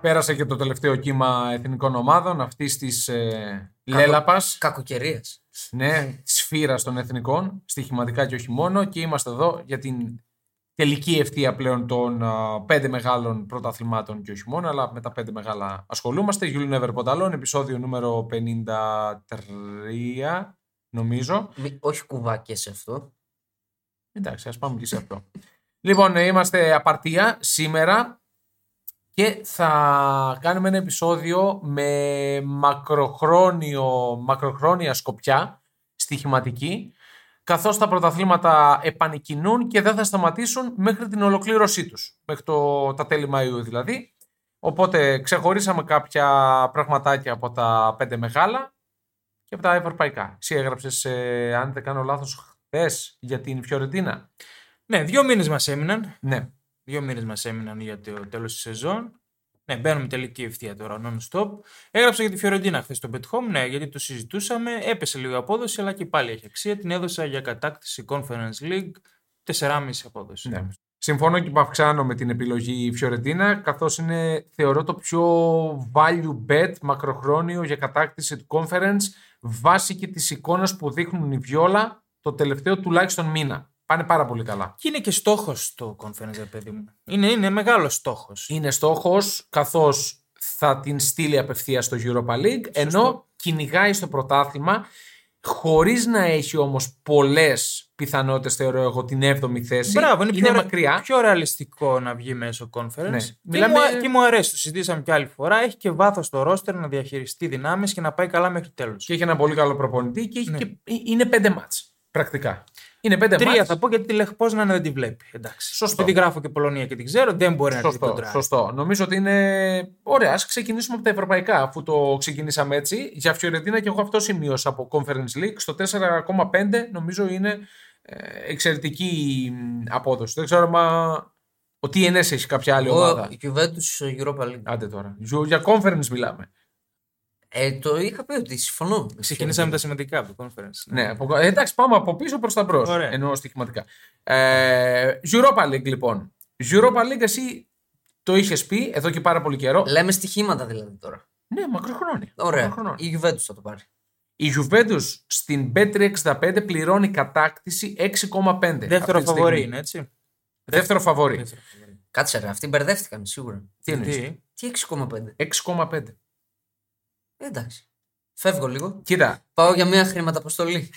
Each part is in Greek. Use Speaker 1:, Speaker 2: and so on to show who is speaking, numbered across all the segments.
Speaker 1: Πέρασε και το τελευταίο κύμα εθνικών ομάδων αυτή της ε, Λέλαπας.
Speaker 2: Κακοκαιρίας.
Speaker 1: Ναι, σφύρας των εθνικών, στοιχηματικά και όχι μόνο. Και είμαστε εδώ για την τελική ευθεία πλέον των α, πέντε μεγάλων πρωταθλημάτων και όχι μόνο, αλλά με τα πέντε μεγάλα ασχολούμαστε. You'll Never Ποταλόν, επεισόδιο νούμερο 53, νομίζω.
Speaker 2: Όχι κουβάκια σε αυτό.
Speaker 1: Εντάξει, ας πάμε και σε αυτό. λοιπόν, ε, είμαστε απαρτία σήμερα και θα κάνουμε ένα επεισόδιο με μακροχρόνιο, μακροχρόνια σκοπιά, στοιχηματική, καθώς τα πρωταθλήματα επανεκκινούν και δεν θα σταματήσουν μέχρι την ολοκλήρωσή τους, μέχρι το, τα τέλη Μαΐου δηλαδή. Οπότε ξεχωρίσαμε κάποια πραγματάκια από τα πέντε μεγάλα και από τα ευρωπαϊκά. Εσύ έγραψες, ε, αν δεν κάνω λάθος, χθες για την Φιωρεντίνα.
Speaker 3: Ναι, δύο μήνες μας έμειναν.
Speaker 1: Ναι,
Speaker 3: Δύο μήνες μας έμειναν για το τέλος της σεζόν. Ναι, μπαίνουμε τελική ευθεία τώρα, non-stop. Έγραψα για τη Φιωρεντίνα χθες στο Bet Home, ναι, γιατί το συζητούσαμε. Έπεσε λίγο η απόδοση, αλλά και πάλι έχει αξία. Την έδωσα για κατάκτηση Conference League 4,5 απόδοση.
Speaker 1: Ναι. Συμφωνώ και που αυξάνω με την επιλογή Φιωρεντίνα, καθώς είναι θεωρώ το πιο value bet μακροχρόνιο για κατάκτηση του conference βάσει και της εικόνας που δείχνουν οι Βιόλα το τελευταίο τουλάχιστον μήνα. Πάνε πάρα πολύ καλά.
Speaker 3: Και είναι και στόχος το conference, ρε παιδί μου. Είναι, είναι μεγάλος στόχος.
Speaker 1: Είναι στόχος καθώς θα την στείλει απευθείας στο Europa League ενώ κυνηγάει στο πρωτάθλημα χωρίς να έχει όμως πολλές πιθανότητες θεωρώ εγώ την 7η θέση.
Speaker 3: Μπράβο, είναι, πιο, ρε-
Speaker 1: μακριά.
Speaker 3: πιο ρεαλιστικό να βγει μέσω conference.
Speaker 1: Ναι.
Speaker 3: Και,
Speaker 1: Μιλάμε-
Speaker 3: μου, α- και μου αρέσει, το συζητήσαμε και άλλη φορά. Έχει και βάθος το ρόστερ να διαχειριστεί δυνάμεις και να πάει καλά μέχρι τέλου.
Speaker 1: Και έχει ένα πολύ καλό προπονητή και, έχει
Speaker 3: Ναι.
Speaker 1: και- είναι πέντε μάτς πρακτικά. Είναι πέντε
Speaker 3: Τρία
Speaker 1: μάτς.
Speaker 3: θα πω γιατί τη Λεχπόζνα δεν τη βλέπει. Εντάξει.
Speaker 1: Σωστό.
Speaker 3: Επειδή γράφω και Πολωνία και την ξέρω, δεν μπορεί να τη
Speaker 1: Σωστό,
Speaker 3: κοντράρει.
Speaker 1: σωστό. Νομίζω ότι είναι. Ωραία, ας ξεκινήσουμε από τα ευρωπαϊκά, αφού το ξεκινήσαμε έτσι. Για Φιωρεντίνα και εγώ αυτό σημείωσα από Conference League. Στο 4,5 νομίζω είναι ε, εξαιρετική μ, απόδοση. Δεν ξέρω μα... ο TNS έχει κάποια άλλη ομάδα.
Speaker 2: Ο Juventus στο Europa League.
Speaker 1: Άντε τώρα. Γιου- Για conference μιλάμε.
Speaker 2: Ε, το είχα πει ότι συμφωνώ.
Speaker 3: Ξεκινήσαμε τα σημαντικά από το conference.
Speaker 1: Ναι, από- ε, εντάξει, πάμε από πίσω προς τα μπρος.
Speaker 3: Ωραία.
Speaker 1: Εννοώ στοιχηματικά. Ε, Europa League λοιπόν. Europa League εσύ το είχες πει εδώ και πάρα πολύ καιρό.
Speaker 2: Λέμε στοιχήματα δηλαδή τώρα.
Speaker 1: Ναι, μακροχρόνια.
Speaker 2: Ωραία.
Speaker 1: Μακροχρόνια.
Speaker 2: Η Juventus θα το πάρει.
Speaker 1: Η Juventus στην B365 πληρώνει κατάκτηση 6,5.
Speaker 3: Δεύτερο
Speaker 1: αυτή τη
Speaker 3: φαβορή
Speaker 1: στιγμή.
Speaker 3: είναι, έτσι.
Speaker 1: Δεύτερο φαβορή.
Speaker 3: Δεύτερο φαβορί.
Speaker 2: Κάτσε ρε, αυτοί μπερδεύτηκαν σίγουρα.
Speaker 1: Τι εννοείς?
Speaker 3: Τι?
Speaker 2: Τι 6,5.
Speaker 1: 6,5.
Speaker 2: Ε, εντάξει. Φεύγω λίγο.
Speaker 1: Κοίτα,
Speaker 2: Πάω για μια χρηματαποστολή.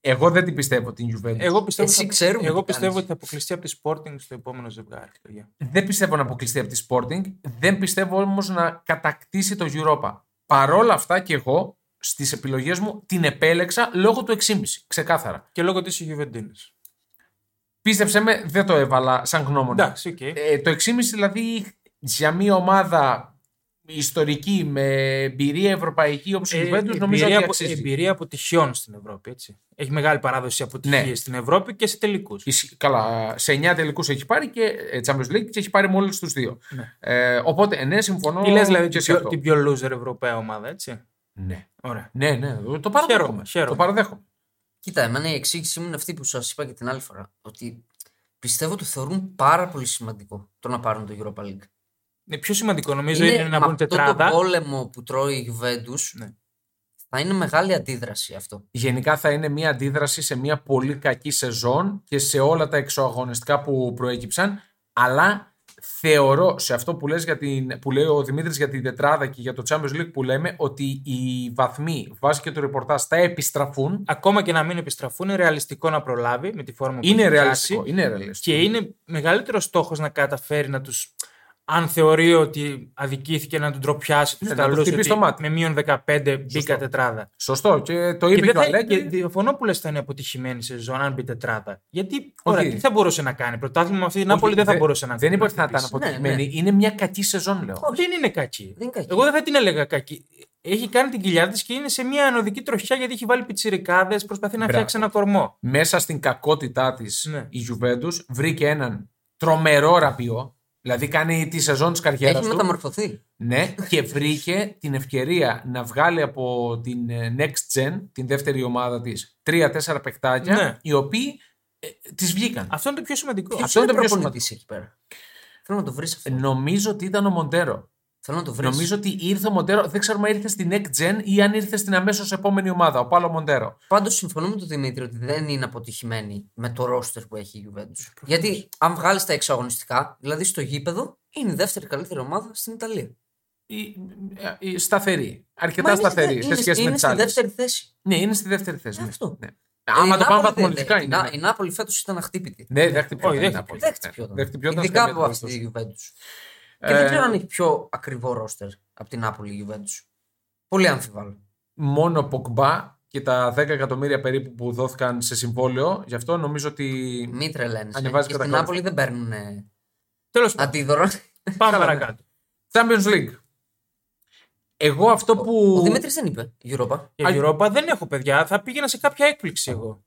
Speaker 1: εγώ δεν την πιστεύω την Juventus.
Speaker 3: Εγώ πιστεύω,
Speaker 2: Εσύ
Speaker 3: θα-
Speaker 2: ξέρουμε
Speaker 3: εγώ
Speaker 2: τι
Speaker 3: πιστεύω
Speaker 2: κάνεις.
Speaker 3: ότι θα αποκλειστεί από τη Sporting στο επόμενο ζευγάρι. παιδιά.
Speaker 1: Δεν πιστεύω να αποκλειστεί από τη Sporting. Δεν πιστεύω όμως να κατακτήσει το Europa. Παρόλα αυτά και εγώ στις επιλογές μου την επέλεξα λόγω του 6,5. Ξεκάθαρα.
Speaker 3: Και λόγω της Γιουβεντίνη.
Speaker 1: Πίστεψε με, δεν το έβαλα σαν γνώμονα.
Speaker 3: Εντάξει, οκ.
Speaker 1: Ε, το 6,5 δηλαδή για μια ομάδα ιστορική με εμπειρία ευρωπαϊκή όπως η
Speaker 3: Ε,
Speaker 1: Juventus νομίζω ότι
Speaker 3: εμπειρία απο-
Speaker 1: αξίζει.
Speaker 3: Εμπειρία αποτυχιών στην Ευρώπη. Έτσι. Έχει μεγάλη παράδοση αποτυχίε
Speaker 1: Ναι.
Speaker 3: στην Ευρώπη και σε τελικούς.
Speaker 1: Ισχύ- Καλά, σε 9 τελικούς έχει πάρει και ε, Champions League και έχει πάρει μόλι τους δύο.
Speaker 3: Ναι.
Speaker 1: Ε, οπότε, ναι, συμφωνώ.
Speaker 3: Τι λες δηλαδή
Speaker 1: και
Speaker 3: την
Speaker 1: σε
Speaker 3: πιο,
Speaker 1: αυτό.
Speaker 3: την πιο loser Ευρωπαία ομάδα, έτσι.
Speaker 1: Ναι.
Speaker 3: Ωραία.
Speaker 1: ναι, ναι, το παραδέχομαι.
Speaker 3: Χαίρομαι, χαίρομαι.
Speaker 1: Το παραδέχομαι.
Speaker 2: Κοίτα, εμένα η εξήγησή μου είναι αυτή που σας είπα και την άλλη φορά. Ότι πιστεύω το θεωρούν πάρα πολύ σημαντικό το να πάρουν το Europa League.
Speaker 3: Είναι πιο σημαντικό νομίζω είναι, να
Speaker 2: με
Speaker 3: μπουν
Speaker 2: αυτό
Speaker 3: τετράδα.
Speaker 2: το πόλεμο που τρώει η Juventus
Speaker 3: Ναι.
Speaker 2: θα είναι μεγάλη αντίδραση αυτό.
Speaker 1: Γενικά θα είναι μια αντίδραση σε μια πολύ κακή σεζόν και σε όλα τα εξωαγωνιστικά που προέκυψαν. Αλλά θεωρώ σε αυτό που, λες για την, που λέει ο Δημήτρης για την τετράδα και για το Champions League που λέμε ότι οι βαθμοί βάσει και του ρεπορτάζ θα επιστραφούν.
Speaker 3: Ακόμα και να μην επιστραφούν, είναι ρεαλιστικό να προλάβει με τη φόρμα που
Speaker 1: Είναι
Speaker 3: έχει
Speaker 1: ρεαλιστικό.
Speaker 3: πιάσει.
Speaker 1: Είναι ρεαλιστικό.
Speaker 3: Και είναι μεγαλύτερος στόχος να καταφέρει να τους. Αν θεωρεί ότι αδικήθηκε να τον τροπιάσει του
Speaker 1: Ναι, να τους
Speaker 3: Ιταλού,
Speaker 1: χτυπήσει το μάτι.
Speaker 3: με μείον 15 μπήκα τετράδα.
Speaker 1: Σωστό. Και το
Speaker 3: Και,
Speaker 1: είπε
Speaker 3: δεν
Speaker 1: και ο
Speaker 3: θα,
Speaker 1: Αλέγκρι.
Speaker 3: και διαφωνώ που λες θα είναι αποτυχημένη σεζόν αν μπει τετράδα. Γιατί
Speaker 1: Όχι.
Speaker 3: ωραία, τι θα μπορούσε να κάνει. Πρωτάθλημα αυτή η
Speaker 1: Όχι,
Speaker 3: Νάπολη δεν θα
Speaker 1: δε-
Speaker 3: μπορούσε να
Speaker 1: Δεν είπα
Speaker 3: να
Speaker 1: ότι θα ήταν
Speaker 3: χτυπήσει.
Speaker 1: αποτυχημένη.
Speaker 2: Ναι,
Speaker 1: Είναι μια κακή σεζόν, λέω.
Speaker 3: Όχι, δεν είναι κακή.
Speaker 2: Δεν είναι κακή.
Speaker 3: Εγώ δεν θα την έλεγα κακή. Έχει κάνει την κοιλιά τη και είναι σε μια ανωδική τροχιά γιατί έχει βάλει πιτσιρικάδες, προσπαθεί να
Speaker 1: Μπράβο.
Speaker 3: φτιάξει ένα κορμό.
Speaker 1: Μέσα στην κακότητά της
Speaker 3: Ναι.
Speaker 1: η Juventus βρήκε έναν τρομερό ραπιό. Δηλαδή κάνει τη σεζόν της καριέρας
Speaker 2: Έχει
Speaker 1: του.
Speaker 2: μεταμορφωθεί.
Speaker 1: Ναι, και βρήκε την ευκαιρία να βγάλει από την ε, Next Gen, την δεύτερη ομάδα της, τρία-τέσσερα παιχτάκια,
Speaker 3: Ναι.
Speaker 1: οι οποίοι τη βγήκαν.
Speaker 3: Αυτό είναι το πιο σημαντικό.
Speaker 1: Ποιος
Speaker 2: Αυτό είναι
Speaker 1: είναι
Speaker 2: το
Speaker 1: πιο
Speaker 2: προπονητής εκεί πέρα. Θέλω να το βρεις αυτό.
Speaker 1: Νομίζω ότι ήταν ο Μοντέρο.
Speaker 2: Θέλω να το βρεις.
Speaker 1: Νομίζω ότι ήρθε ο Μοντέρο. Δεν ξέρουμε αν ήρθε στην Next Gen ή αν ήρθε στην αμέσως επόμενη ομάδα, ο Πάλο Μοντέρο.
Speaker 2: Πάντως συμφωνώ με τον Δημήτρη ότι δεν είναι αποτυχημένη με το ρόστερ που έχει η
Speaker 1: Ε,
Speaker 2: Juventus. Γιατί αν βγάλεις τα εξαγωνιστικά, δηλαδή στο γήπεδο, είναι η δεύτερη καλύτερη ομάδα στην Ιταλία.
Speaker 1: Η- ε, η- Σταθερή.
Speaker 2: Μα
Speaker 1: Αρκετά
Speaker 2: είναι
Speaker 1: σταθερή
Speaker 2: στη-
Speaker 1: σε σχέση
Speaker 2: είναι,
Speaker 1: με τις
Speaker 2: στη
Speaker 1: άλλες.
Speaker 2: δεύτερη θέση.
Speaker 1: Ναι, είναι στη δεύτερη θέση. ναι.
Speaker 2: Αυτό.
Speaker 1: Ναι. Άμα
Speaker 2: Η
Speaker 1: το
Speaker 2: Νάπολη
Speaker 1: πάμε
Speaker 2: δεν-
Speaker 1: βαθμολογικά
Speaker 2: δεν-
Speaker 1: είναι.
Speaker 2: Η, Νά- η Νάπολη φέτος ήταν αχτύπητη.
Speaker 1: Ναι, δεν χτυπιόταν.
Speaker 3: Όχι, δεν
Speaker 1: η Νάπολη.
Speaker 2: Δεν χτυπιόταν.
Speaker 1: Δεν χτυπιόταν
Speaker 2: Ειδικά
Speaker 1: στα
Speaker 2: από αυτή
Speaker 1: μέτρα,
Speaker 2: τη Juventus. Και
Speaker 1: Ε,
Speaker 2: δεν ξέρω αν έχει πιο ακριβό ρόστερ από την Νάπολη η Juventus. Πολύ αμφιβάλλω.
Speaker 1: Μόνο Ποκμπά και τα 10 εκατομμύρια περίπου που δόθηκαν σε συμβόλαιο. Γι' αυτό νομίζω ότι.
Speaker 2: Μην τρελαίνεσαι.
Speaker 1: Ανεβάζει
Speaker 2: Και
Speaker 1: κατά κόρυφα.
Speaker 2: στην Νάπολη δεν παίρνουν ε,
Speaker 3: Τέλος πάντων,
Speaker 2: αντίδωρο.
Speaker 3: πάμε
Speaker 1: ναι.
Speaker 3: παρακάτω.
Speaker 1: Champions League. Εγώ αυτό που.
Speaker 2: Ο Δημήτρης δεν είπε Europa.
Speaker 3: Για
Speaker 1: Α,
Speaker 3: Europa δεν έχω παιδιά. Θα πήγαινα σε κάποια έκπληξη εγώ.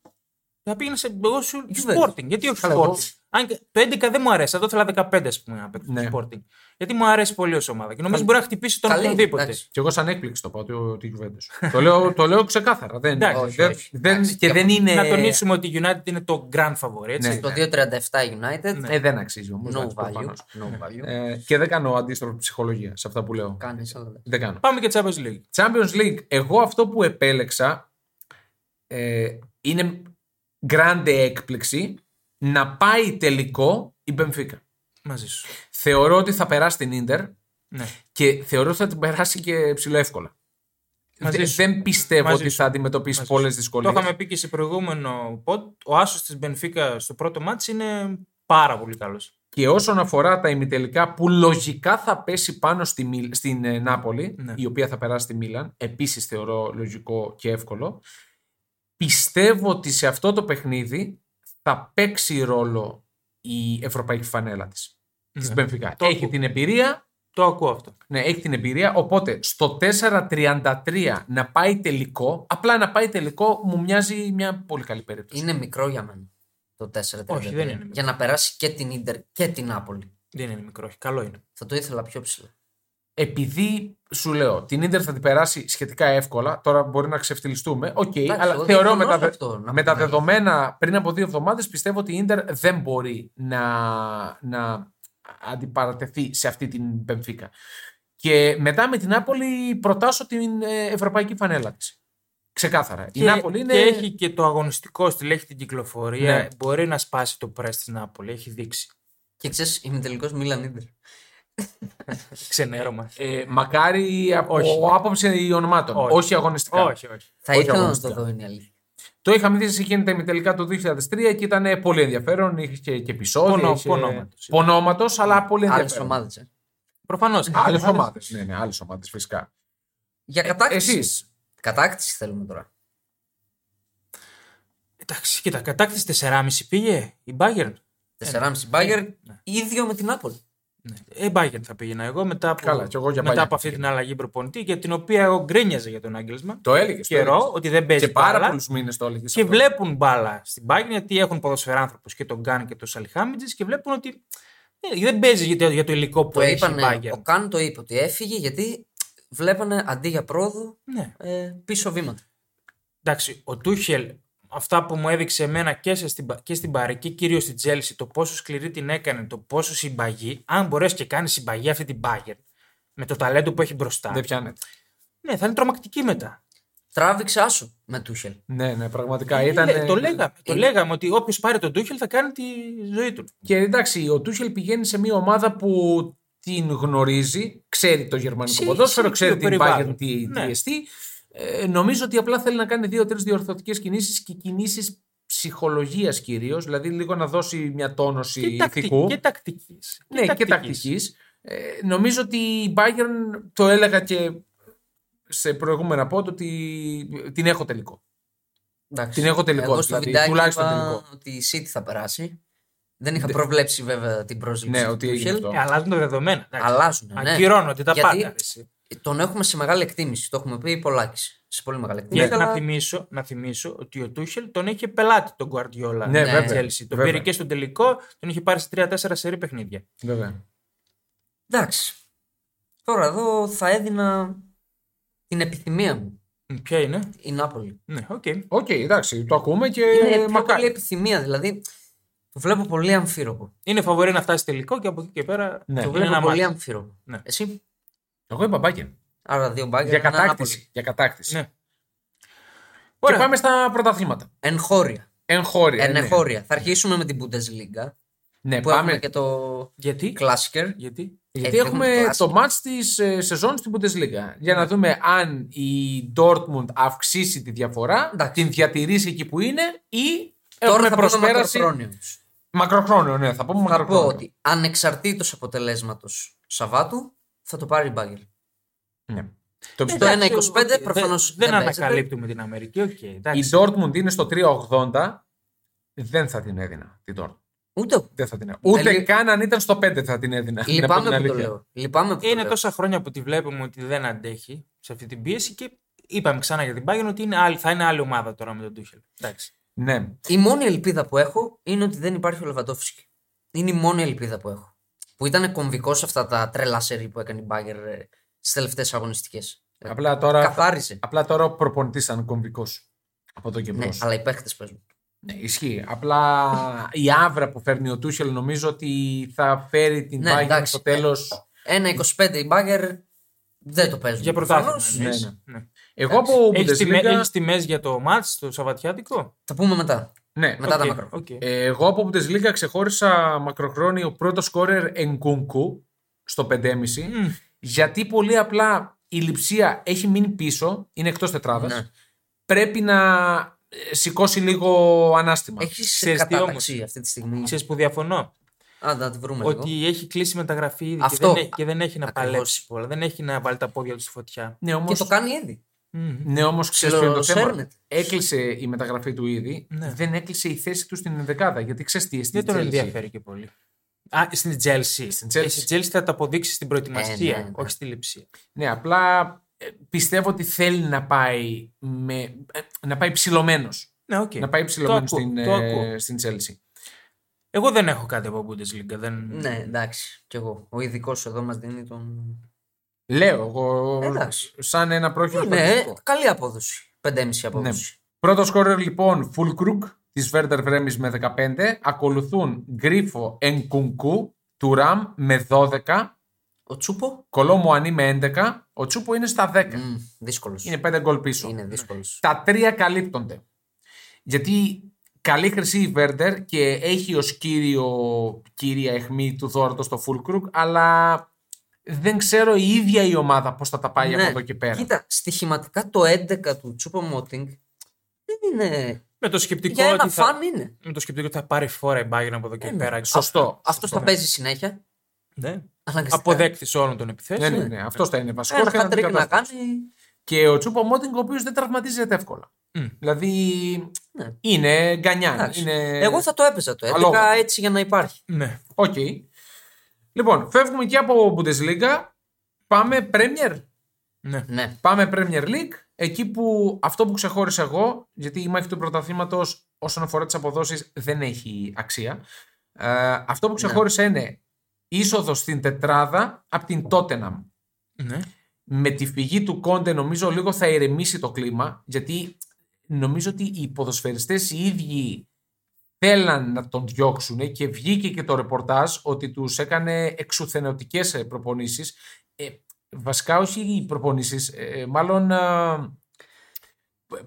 Speaker 3: Θα πήγαινα σε. Εγώ σου.
Speaker 1: Ε,
Speaker 2: Juventus.
Speaker 3: Sporting. Γιατί όχι
Speaker 1: Καλά, εγώ-
Speaker 3: Sporting. Αν και το 11 δεν μου αρέσει, θα το ήθελα 15 ας πούμε να παίξω
Speaker 1: Ναι.
Speaker 3: Sporting. Γιατί μου αρέσει πολύ ως ομάδα και νομίζω μπορεί να χτυπήσει τον
Speaker 2: Καλή,
Speaker 3: οποιονδήποτε.
Speaker 2: εντάξει.
Speaker 1: Και εγώ σαν έκπληξη το πάω του τη Juventus. το, λέω, το λέω ξεκάθαρα. Δεν,
Speaker 3: Εντάξει,
Speaker 1: δεν-
Speaker 2: όχι, όχι.
Speaker 1: δεν-
Speaker 2: Εντάξει,
Speaker 1: και
Speaker 2: και
Speaker 1: δεν
Speaker 2: από-
Speaker 1: είναι.
Speaker 3: Να τονίσουμε ότι η United είναι το grand favorite. έτσι.
Speaker 1: Ναι.
Speaker 2: Το 2.37 United.
Speaker 1: Ε, δεν αξίζει όμως.
Speaker 2: ναι. No value. No value.
Speaker 1: Ε, και δεν κάνω αντίστροφη ψυχολογία σε αυτά που λέω.
Speaker 2: Κάνεις, αλλά δεν.
Speaker 1: Δεν κάνω.
Speaker 3: Πάμε και Champions League.
Speaker 1: Champions League, εγώ αυτό που επέλεξα ε, είναι grande έκπληξη να πάει τελικό η Benfica.
Speaker 3: Μαζί σου.
Speaker 1: Θεωρώ ότι θα περάσει την Inter
Speaker 3: Ναι.
Speaker 1: και θεωρώ ότι θα την περάσει και ψηλοεύκολα.
Speaker 3: Μαζί
Speaker 1: Δε-
Speaker 3: σου.
Speaker 1: δεν πιστεύω
Speaker 3: Μαζί
Speaker 1: ότι
Speaker 3: σου.
Speaker 1: θα αντιμετωπίσει
Speaker 3: Μαζί
Speaker 1: πολλές
Speaker 3: Το
Speaker 1: δυσκολίε.
Speaker 3: είχαμε πει και σε προηγούμενο pod. Ο άσος της Μπενφίκα στο πρώτο μάτι είναι πάρα πολύ καλός.
Speaker 1: Και όσον αφορά τα ημιτελικά που λογικά θα πέσει πάνω στη, Μι- στην ε, Νάπολη,
Speaker 3: Ναι.
Speaker 1: η οποία θα περάσει στη Μίλαν, επίσης θεωρώ λογικό και εύκολο, πιστεύω ότι σε αυτό το παιχνίδι θα παίξει ρόλο η ευρωπαϊκή φανέλα της, της
Speaker 3: Ναι.
Speaker 1: Μπενφικά.
Speaker 3: Το
Speaker 1: Έχει
Speaker 3: ακούω.
Speaker 1: την εμπειρία,
Speaker 3: Το ακούω αυτό.
Speaker 1: ναι, έχει την εμπειρία, οπότε στο 4-33 να πάει τελικό, απλά να πάει τελικό μου μοιάζει μια πολύ καλή περίπτωση.
Speaker 2: Είναι μικρό για μένα το 4-3.
Speaker 3: Όχι, δεν είναι μικρό.
Speaker 2: Για να περάσει και την ντερ και την Νάπολη.
Speaker 3: Δεν είναι μικρό, όχι. Καλό είναι.
Speaker 2: Θα το ήθελα πιο ψηλά.
Speaker 1: Ε, επειδή σου λέω την Ιντερ θα την περάσει σχετικά εύκολα, τώρα μπορεί να ξεφτυλιστούμε. Οκ,
Speaker 2: Εντάξει,
Speaker 1: αλλά
Speaker 2: εγώ
Speaker 1: θεωρώ με
Speaker 2: διαφωνώ
Speaker 1: τα,
Speaker 2: σε αυτό, να
Speaker 1: με
Speaker 2: πω
Speaker 1: τα
Speaker 2: την αλήθεια.
Speaker 1: δεδομένα πριν από δύο εβδομάδες πιστεύω ότι η Ιντερ δεν μπορεί να, να αντιπαρατεθεί σε αυτή την Πενφύκα. Και μετά με την Νάπολη προτάσω την ε, ευρωπαϊκή φανέλα της. Ξεκάθαρα. η Νάπολη είναι.
Speaker 3: και έχει και το αγωνιστικό στυλ, έχει την κυκλοφορία.
Speaker 1: Ναι.
Speaker 3: Μπορεί να σπάσει το πρέσ της Νάπολη, έχει δείξει.
Speaker 2: Και ξέρεις, είμαι τελικό Μίλαν ντερ.
Speaker 3: Ξενέρωμα.
Speaker 1: ε, μακάρι από
Speaker 3: Όχι.
Speaker 1: άποψη ονομάτων. Όχι,
Speaker 3: Όχι.
Speaker 1: αγωνιστικά.
Speaker 3: όχι, όχι.
Speaker 2: Θα
Speaker 1: Όχι
Speaker 2: ήθελα να
Speaker 1: αγωνιστικά.
Speaker 2: το δω, είναι η αλήθεια.
Speaker 1: Το είχαμε δει σε εκείνη τα ημιτελικά το 2003 και ήταν πολύ ενδιαφέρον. Είχες και, και επεισόδια.
Speaker 3: Πονο-
Speaker 1: είχε...
Speaker 3: πονόματος.
Speaker 1: Πονόματος, αλλά πολύ
Speaker 2: Άλλες
Speaker 1: ενδιαφέρον.
Speaker 2: ομάδες.
Speaker 3: Προφανώς.
Speaker 1: Άλλες ομάδες. Ναι, ναι, άλλες ομάδες φυσικά.
Speaker 2: Για
Speaker 1: Ε,
Speaker 2: κατάκτηση.
Speaker 1: Εσείς.
Speaker 2: Κατάκτηση θέλουμε τώρα.
Speaker 3: Εντάξει, κοίτα, κατάκτηση 4,5 πήγε η Bayern.
Speaker 1: Ε, ναι.
Speaker 2: 4,5 μπάγκερ, ίδιο με την Νάπολη.
Speaker 3: Ναι. Ε, Bayern θα πήγαινα εγώ μετά από,
Speaker 1: Καλά, κι εγώ για
Speaker 3: μετά
Speaker 1: Bayern
Speaker 3: από αυτή
Speaker 1: θα
Speaker 3: την αλλαγή προπονητή για την οποία εγώ γκρίνιαζα για τον Άγγελσμα.
Speaker 1: Το έλεγες.
Speaker 3: Καιρό ότι δεν παίζει
Speaker 1: Και πάρα
Speaker 3: μπάλα.
Speaker 1: πολλούς μήνες το έλεγες.
Speaker 3: Και βλέπουν μπάλα στην Bayern γιατί έχουν ποδοσφαιράνθρωπους και τον Γκάν και τον Σαλιχάμιτζης και βλέπουν ότι ε, δεν παίζει για το, για το υλικό που
Speaker 2: Το
Speaker 3: έχει η
Speaker 2: είπανε,
Speaker 3: Bayern.
Speaker 2: ο Καν το είπε ότι έφυγε γιατί βλέπανε αντί για πρόοδο
Speaker 3: Ναι.
Speaker 2: ε, πίσω βήματα.
Speaker 3: Εντάξει, ο Τούχελ, αυτά που μου έδειξε εμένα και, σε στην, Πα- και στην Πάρη και κυρίως στην Τζέλση, το πόσο σκληρή την έκανε, το πόσο συμπαγή, αν μπορέσει και κάνει συμπαγή αυτή την Bayern με το ταλέντο που έχει μπροστά.
Speaker 1: Δεν πιάνεται.
Speaker 3: Ναι, θα είναι τρομακτική μετά.
Speaker 2: Τράβηξε άσο με Τούχελ.
Speaker 1: Ναι, ναι, πραγματικά.
Speaker 3: Ε,
Speaker 1: Ήταν...
Speaker 3: λέ- το λέγαμε, το λέγαμε ότι όποιος πάρει τον Τούχελ θα κάνει τη ζωή του.
Speaker 1: Και εντάξει, ο Τούχελ πηγαίνει σε μια ομάδα που την γνωρίζει, ξέρει το γερμανικό
Speaker 3: Ξέρει-
Speaker 1: ποδόσφαιρο,
Speaker 3: ξέρει
Speaker 1: ξέρει
Speaker 3: το
Speaker 1: την Bayern,
Speaker 3: περιβάλλον.
Speaker 1: τι, τι
Speaker 3: Ναι.
Speaker 1: εστί. Ε, νομίζω ότι απλά θέλει να κάνει δύο-τρει διορθωτικές κινήσεις και κινήσεις ψυχολογίας κυρίως, δηλαδή λίγο να δώσει μια τόνωση
Speaker 3: Και, τακτική,
Speaker 1: ηθικού.
Speaker 3: και τακτικής.
Speaker 1: ναι, και τακτικής. Ε, νομίζω ότι η Bayern το έλεγα και σε προηγούμενα πόντο ότι την έχω τελικό.
Speaker 2: Εντάξει.
Speaker 1: Την έχω τελικό,
Speaker 2: Εγώ στο
Speaker 1: δηλαδή,
Speaker 2: βιντεάκι
Speaker 1: τουλάχιστον
Speaker 2: είπα
Speaker 1: τελικό.
Speaker 2: ότι η City θα περάσει. Δεν είχα προβλέψει βέβαια την πρόσληψη
Speaker 1: Ναι,
Speaker 2: του
Speaker 1: ότι έγινε
Speaker 2: Tuchel.
Speaker 1: αυτό.
Speaker 3: Ε, αλλάζουν τα δεδομένα. εντάξει.
Speaker 2: Αλλάζουν. Ναι.
Speaker 3: Ακυρώνονται τα
Speaker 2: Γιατί
Speaker 3: πάντα. ρε, εσύ.
Speaker 2: Τον έχουμε σε μεγάλη εκτίμηση. Το έχουμε πει πολλάκις. Σε πολύ μεγάλη εκτίμηση.
Speaker 3: Ναι,
Speaker 2: αλλά-
Speaker 3: να, θυμίσω, να θυμίσω ότι ο Τούχελ τον είχε πελάτη τον Guardiola.
Speaker 1: Ναι,
Speaker 3: στην
Speaker 1: βέβαια,
Speaker 3: Chelsea. Τον
Speaker 1: βέβαια.
Speaker 3: πήρε και στον τελικό, τον είχε πάρει σε 3-4 σερή παιχνίδια.
Speaker 1: Βέβαια.
Speaker 2: Εντάξει. Τώρα εδώ θα έδινα την επιθυμία μου.
Speaker 3: Μ, Ποια είναι.
Speaker 2: Η Νάπολη.
Speaker 3: Ναι, οκ.
Speaker 1: Οκ, εντάξει, το ακούμε και
Speaker 2: Είναι πιο
Speaker 1: Ε, μακάρι.
Speaker 2: πολύ επιθυμία, δηλαδή. Το βλέπω πολύ αμφίροπο.
Speaker 3: Είναι φαβορή να φτάσει τελικό και από εκεί και πέρα
Speaker 1: Ναι.
Speaker 3: το
Speaker 2: το
Speaker 3: είναι
Speaker 2: βλέπω
Speaker 3: ένα
Speaker 2: πολύ
Speaker 3: μάτι.
Speaker 2: αμφίροπο.
Speaker 3: Ναι.
Speaker 2: Εσύ.
Speaker 1: Εγώ είπα μπάγκερ.
Speaker 2: Άρα δύο μπάγκερ.
Speaker 1: Για
Speaker 2: ένα
Speaker 1: κατάκτηση.
Speaker 2: Νάπολη.
Speaker 1: Για κατάκτηση.
Speaker 3: Ναι.
Speaker 1: Και
Speaker 3: Ωραία.
Speaker 1: πάμε στα πρωταθλήματα.
Speaker 2: Εγχώρια.
Speaker 1: Εγχώρια. ναι.
Speaker 2: Ενεχώρια. Θα αρχίσουμε με την Bundesliga.
Speaker 1: Ναι,
Speaker 2: Που
Speaker 1: πάμε.
Speaker 2: έχουμε και το
Speaker 3: Γιατί.
Speaker 2: Κλάσικερ.
Speaker 3: Γιατί.
Speaker 1: Γιατί
Speaker 2: Ε,
Speaker 1: έχουμε
Speaker 2: κλασικό.
Speaker 1: το μάτς της ε, σεζόν στην Bundesliga. Για
Speaker 2: Ναι.
Speaker 1: να δούμε αν η Dortmund αυξήσει τη διαφορά,
Speaker 2: Εντάξει.
Speaker 1: την διατηρήσει εκεί που είναι ή
Speaker 2: Τώρα
Speaker 1: έχουμε
Speaker 2: θα προσπέραση... πούμε
Speaker 1: προσπέραση...
Speaker 2: μακροχρόνιους.
Speaker 1: Μακροχρόνιο, ναι, θα πούμε
Speaker 2: Θα πω
Speaker 1: μακροχρόνιο.
Speaker 2: ότι ανεξαρτήτως αποτελέσματος Σαββάτου θα το πάρει η Μπάγκερ.
Speaker 1: Ναι. Το
Speaker 2: Το
Speaker 1: πιστεύω.
Speaker 2: 1,25
Speaker 3: Δεν-
Speaker 2: προφανώς
Speaker 3: Δεν,
Speaker 2: δεν παίζεται.
Speaker 3: ανακαλύπτουμε την Αμερική. Οκ,
Speaker 1: Η
Speaker 3: εντάξει.
Speaker 1: Dortmund είναι στο 3,80. Δεν θα την έδινα την Dortmund.
Speaker 2: Ούτε εγώ.
Speaker 1: Δεν θα την έδινα. Ούτε
Speaker 2: λυ-
Speaker 1: καν αν ήταν στο 5 θα την έδινα. να πω την
Speaker 2: Ε, Λυπάμαι που το
Speaker 1: αλήθεια.
Speaker 2: λέω. Λυπάμαι που το
Speaker 3: Είναι
Speaker 2: λέω.
Speaker 3: τόσα χρόνια που τη βλέπουμε ότι δεν αντέχει σε αυτή την πίεση και είπαμε ξανά για την Bayern ότι είναι άλλη, θα είναι άλλη ομάδα τώρα με τον Τούχελ. Εντάξει.
Speaker 1: Ναι.
Speaker 2: Η μόνη ελπίδα που έχω είναι ότι δεν υπάρχει ο Λεβαντόφσκι. Είναι η μόνη ελπίδα που έχω. Που ήταν κομβικός σε αυτά τα τρελά σερή που έκανε η Μπάγκερ ε, στις τελευταίες αγωνιστικές.
Speaker 1: Απλά τώρα,
Speaker 2: Καθάρισε.
Speaker 1: απλά τώρα ο προπονητής ήταν κομβικός. Από εδώ και
Speaker 2: Ναι,
Speaker 1: μπρος.
Speaker 2: αλλά οι παίχτες παίζουν.
Speaker 1: Ναι, ισχύει. Απλά η άβρα που φέρνει ο Τούχελ νομίζω ότι θα φέρει την
Speaker 2: Ναι,
Speaker 1: Bayern
Speaker 2: εντάξει.
Speaker 1: στο τέλος.
Speaker 2: 1,25 η Μπάγκερ δεν το παίζουν.
Speaker 3: Για πρωτάθλημα.
Speaker 2: Προφανώς.
Speaker 1: ναι.
Speaker 3: εννοείς.
Speaker 1: ναι.
Speaker 3: Ναι.
Speaker 1: Εγώ από
Speaker 3: Έχεις τιμέ-
Speaker 1: Bundesliga.
Speaker 3: έχεις τιμές για το μάτς το Σαββατιάτικο.
Speaker 2: Τα πούμε μετά.
Speaker 1: Ναι.
Speaker 2: Μετά τα
Speaker 3: Οκ,
Speaker 2: μακρό.
Speaker 3: οκ.
Speaker 1: Ε, Εγώ από Bundesliga ξεχώρισα μακροχρόνιο πρώτο σκόρερ Εγκουνκού στο 5,5.
Speaker 3: Μμ.
Speaker 1: Γιατί πολύ απλά η λειψία έχει μείνει πίσω, είναι εκτός τετράδας.
Speaker 2: Ναι.
Speaker 1: Πρέπει να ε, σηκώσει λίγο ανάστημα.
Speaker 2: Έχεις
Speaker 3: Ξέρεις τι
Speaker 2: κατάταξη αυτή τη στιγμή.
Speaker 3: Ξέρεις που διαφωνώ.
Speaker 2: Α, να τη βρούμε λίγο.
Speaker 3: Ότι έχει κλείσει μεταγραφή ήδη
Speaker 2: Αυτό.
Speaker 3: και, δεν έχει, και δεν έχει να
Speaker 2: Ακριβώς.
Speaker 3: παλέψει πολλά. Δεν έχει να βάλει τα πόδια του στη φωτιά.
Speaker 1: Ναι,
Speaker 2: Και
Speaker 1: όμως,
Speaker 2: το κάνει ήδη.
Speaker 3: Μμμ.
Speaker 1: ναι, όμως ξέρεις ποιο είναι το θέμα.
Speaker 2: Ψιλοσέρνεται.
Speaker 1: Έκλεισε η μεταγραφή του ήδη.
Speaker 3: Ναι.
Speaker 1: Δεν έκλεισε η θέση του στην δεκάδα. Γιατί ξέρεις τι, στην
Speaker 3: Δεν τον
Speaker 1: Chelsea.
Speaker 3: ενδιαφέρει και πολύ. Α, στην Τζέλση.
Speaker 1: Στην Chelsea.
Speaker 3: Ε, Στην Τζέλση θα τα αποδείξει στην προετοιμασία,
Speaker 2: Ε, ναι, ναι.
Speaker 3: όχι στη λειψία.
Speaker 1: Ναι, απλά ε, πιστεύω ότι θέλει να πάει, με, ε, να πάει ψηλωμένος.
Speaker 3: Ναι, οκ.
Speaker 1: Να πάει ψηλωμένος
Speaker 3: ακούω,
Speaker 1: στην,
Speaker 3: το
Speaker 1: ε,
Speaker 3: ακούω.
Speaker 1: στην Chelsea.
Speaker 3: Εγώ δεν έχω κάτι από Bundesliga. Δεν...
Speaker 2: Ναι, εντάξει. Κι εγώ. Ο ειδικός εδώ μας δίνει τον.
Speaker 1: Λέω εγώ
Speaker 2: Εντάξει.
Speaker 1: σαν ένα πρόχειρο
Speaker 2: Ναι,
Speaker 1: στατιστικό.
Speaker 2: καλή απόδοση. 5,5 απόδοση.
Speaker 3: Ναι.
Speaker 1: Πρώτο σκόρερ λοιπόν Fulkrug της Werder Βρέμις με 15. Ακολουθούν Γκρίφο Ενκουνκού του Ραμ με 12.
Speaker 2: Ο Τσούπο.
Speaker 1: Κολόμου Ανή με 11. Ο Τσούπο είναι στα 10.
Speaker 2: Δύσκολος.
Speaker 1: Είναι 5 γκολ πίσω.
Speaker 2: Ναι. Είναι δύσκολος.
Speaker 1: Τα τρία καλύπτονται. Γιατί καλή χρυσή η Βέρντερ και έχει ως κύριο, κύρια αιχμή του δώρατο στο Φουλκρουκ, αλλά δεν ξέρω η ίδια η ομάδα πώς θα τα πάει από εδώ και πέρα.
Speaker 2: Ναι. Κοίτα, στοιχηματικά το 11 του Τσούπο Μότινγκ δεν είναι.
Speaker 3: Με το σκεπτικό
Speaker 2: Για ένα
Speaker 3: ότι θα...
Speaker 2: φαν είναι.
Speaker 3: με το σκεπτικό ότι θα πάρει φόρα η Bayern από εδώ και
Speaker 2: Ναι, ναι.
Speaker 3: πέρα.
Speaker 1: Σωστό.
Speaker 2: Αυτός
Speaker 1: Σωστό.
Speaker 2: θα παίζει συνέχεια.
Speaker 3: Ναι.
Speaker 2: Αναγκαστικά.
Speaker 3: Αποδέκτης όλων των
Speaker 1: Ναι,
Speaker 3: επιθέσεων.
Speaker 1: ναι, ναι. Αυτός θα είναι βασικός.
Speaker 2: Ένα
Speaker 1: και να
Speaker 2: χατρίκ να
Speaker 1: αντικαταστήσει.
Speaker 2: κάνει.
Speaker 1: Και ο Τσούπο Μότινγκ, ο οποίος δεν τραυματίζεται εύκολα.
Speaker 3: Μμ.
Speaker 1: Δηλαδή
Speaker 2: Ναι.
Speaker 1: είναι γκανιάν.
Speaker 2: εντάξει.
Speaker 1: Είναι...
Speaker 2: Εγώ θα το έπαιζα το 11
Speaker 1: αλόγα.
Speaker 2: έτσι για να υπάρχει.
Speaker 3: Ναι.
Speaker 1: Οκ. Λοιπόν, φεύγουμε και από Bundesliga. Πάμε Premier.
Speaker 3: ναι.
Speaker 2: Ναι.
Speaker 1: Πάμε Premier League. Εκεί που αυτό που ξεχώρισα εγώ, γιατί η μάχη του πρωταθλήματος όσον αφορά τις αποδόσεις δεν έχει αξία. Ε, αυτό που ξεχώρισα είναι είσοδος στην τετράδα από την Tottenham.
Speaker 3: ναι.
Speaker 1: Με τη φυγή του Κόντε, νομίζω λίγο θα ηρεμήσει το κλίμα, γιατί νομίζω ότι οι ποδοσφαιριστές οι ίδιοι θέλαν να τον διώξουν και βγήκε και το ρεπορτάζ ότι τους έκανε εξουθενωτικές ε, προπονήσεις. Ε, βασικά όχι οι προπονήσεις, ε, μάλλον... Ε,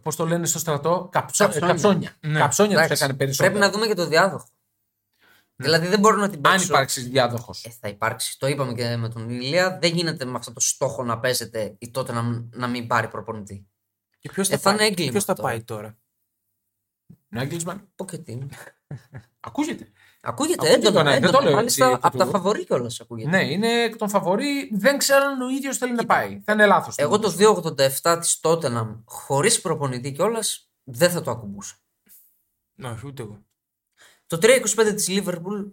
Speaker 1: Πώς το λένε στο στρατό, καψο, ε,
Speaker 2: Καψόνια.
Speaker 1: καψόνια.
Speaker 3: Ναι.
Speaker 1: Καψόνια τους
Speaker 2: Εντάξει.
Speaker 1: έκανε περισσότερο.
Speaker 2: Πρέπει να δούμε και το διάδοχο. Δηλαδή δεν μπορώ να την
Speaker 1: Ναι. Αν
Speaker 2: παίξω.
Speaker 1: υπάρξει διάδοχος.
Speaker 2: Ε, θα υπάρξει. Το είπαμε και με τον Ηλία. Δεν γίνεται με αυτό το στόχο να παίζετε ή τότε να, μ- να μην πάρει προπονητή.
Speaker 3: Και ποιος
Speaker 2: Ε, θα είναι έγκλημα
Speaker 3: ποιος θα
Speaker 2: τώρα.
Speaker 3: πάει τώρα.
Speaker 1: Ναι, Νάγκλισμαν,
Speaker 2: Ποκετίν.
Speaker 1: ακούγεται.
Speaker 2: Ακούγεται
Speaker 1: Ακούγεται,
Speaker 2: έντονα.
Speaker 1: ναι, δεν
Speaker 2: έντονα.
Speaker 1: το λέω
Speaker 2: Μάλιστα
Speaker 1: έτσι,
Speaker 2: από τα
Speaker 1: του-
Speaker 2: φαβορή κιόλας ακούγεται.
Speaker 1: Ναι, είναι εκ των φαβορή. Δεν ξέρω αν ο ίδιος θέλει να
Speaker 2: Κοίτα.
Speaker 1: πάει. Θα είναι λάθος.
Speaker 2: Εγώ το 2,87 τη Τότεναμ χωρίς προπονητή κιόλας δεν θα το ακουμπούσα.
Speaker 3: Ναι, όχι, ούτε εγώ.
Speaker 2: Το 3,25 τη Λίβερπουλ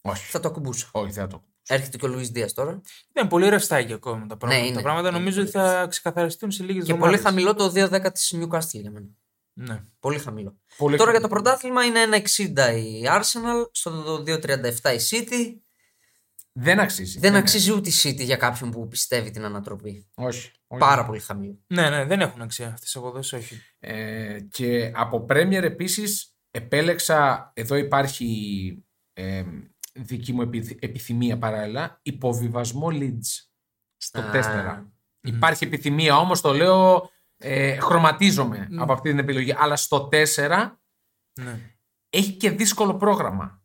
Speaker 1: Όχι.
Speaker 2: θα το ακουμπούσα.
Speaker 1: Όχι, δεν θα το.
Speaker 2: Έρχεται και ο Λουίς Δίας τώρα.
Speaker 3: Ήταν Ναι, πολύ ρευστάκι ακόμα τα πράγματα.
Speaker 2: Ναι, είναι.
Speaker 3: Τα πράγματα
Speaker 2: Είναι
Speaker 3: νομίζω ότι
Speaker 2: πολύ
Speaker 3: θα ξεκαθαριστούν σε λίγες
Speaker 2: Και πολύ χαμηλό το 2,10 της Newcastle για μένα.
Speaker 3: Ναι.
Speaker 2: Πολύ χαμηλό.
Speaker 1: Πολύ
Speaker 2: Τώρα για
Speaker 1: καλό.
Speaker 2: το πρωτάθλημα είναι 1,60 η Arsenal, στο 2,37 η City.
Speaker 1: Δεν αξίζει.
Speaker 3: Ναι,
Speaker 1: Ναι,
Speaker 2: Δεν αξίζει ούτε η City για κάποιον που πιστεύει την ανατροπή.
Speaker 1: Όχι. όχι.
Speaker 2: Πάρα πολύ χαμηλό.
Speaker 3: ναι, ναι, δεν έχουν αξία αυτές τι αποδόσεις, όχι.
Speaker 1: Ε, και από Premier επίσης επέλεξα. Εδώ υπάρχει ε, δική μου επιθ- επιθυμία παράλληλα. Υποβιβασμό Leeds. στο
Speaker 2: Α.
Speaker 1: 4. Υπάρχει επιθυμία όμως, το λέω, ε, χρωματίζομαι
Speaker 3: Μμ.
Speaker 1: από αυτή την επιλογή. Αλλά στο 4
Speaker 3: Ναι.
Speaker 1: έχει και δύσκολο πρόγραμμα.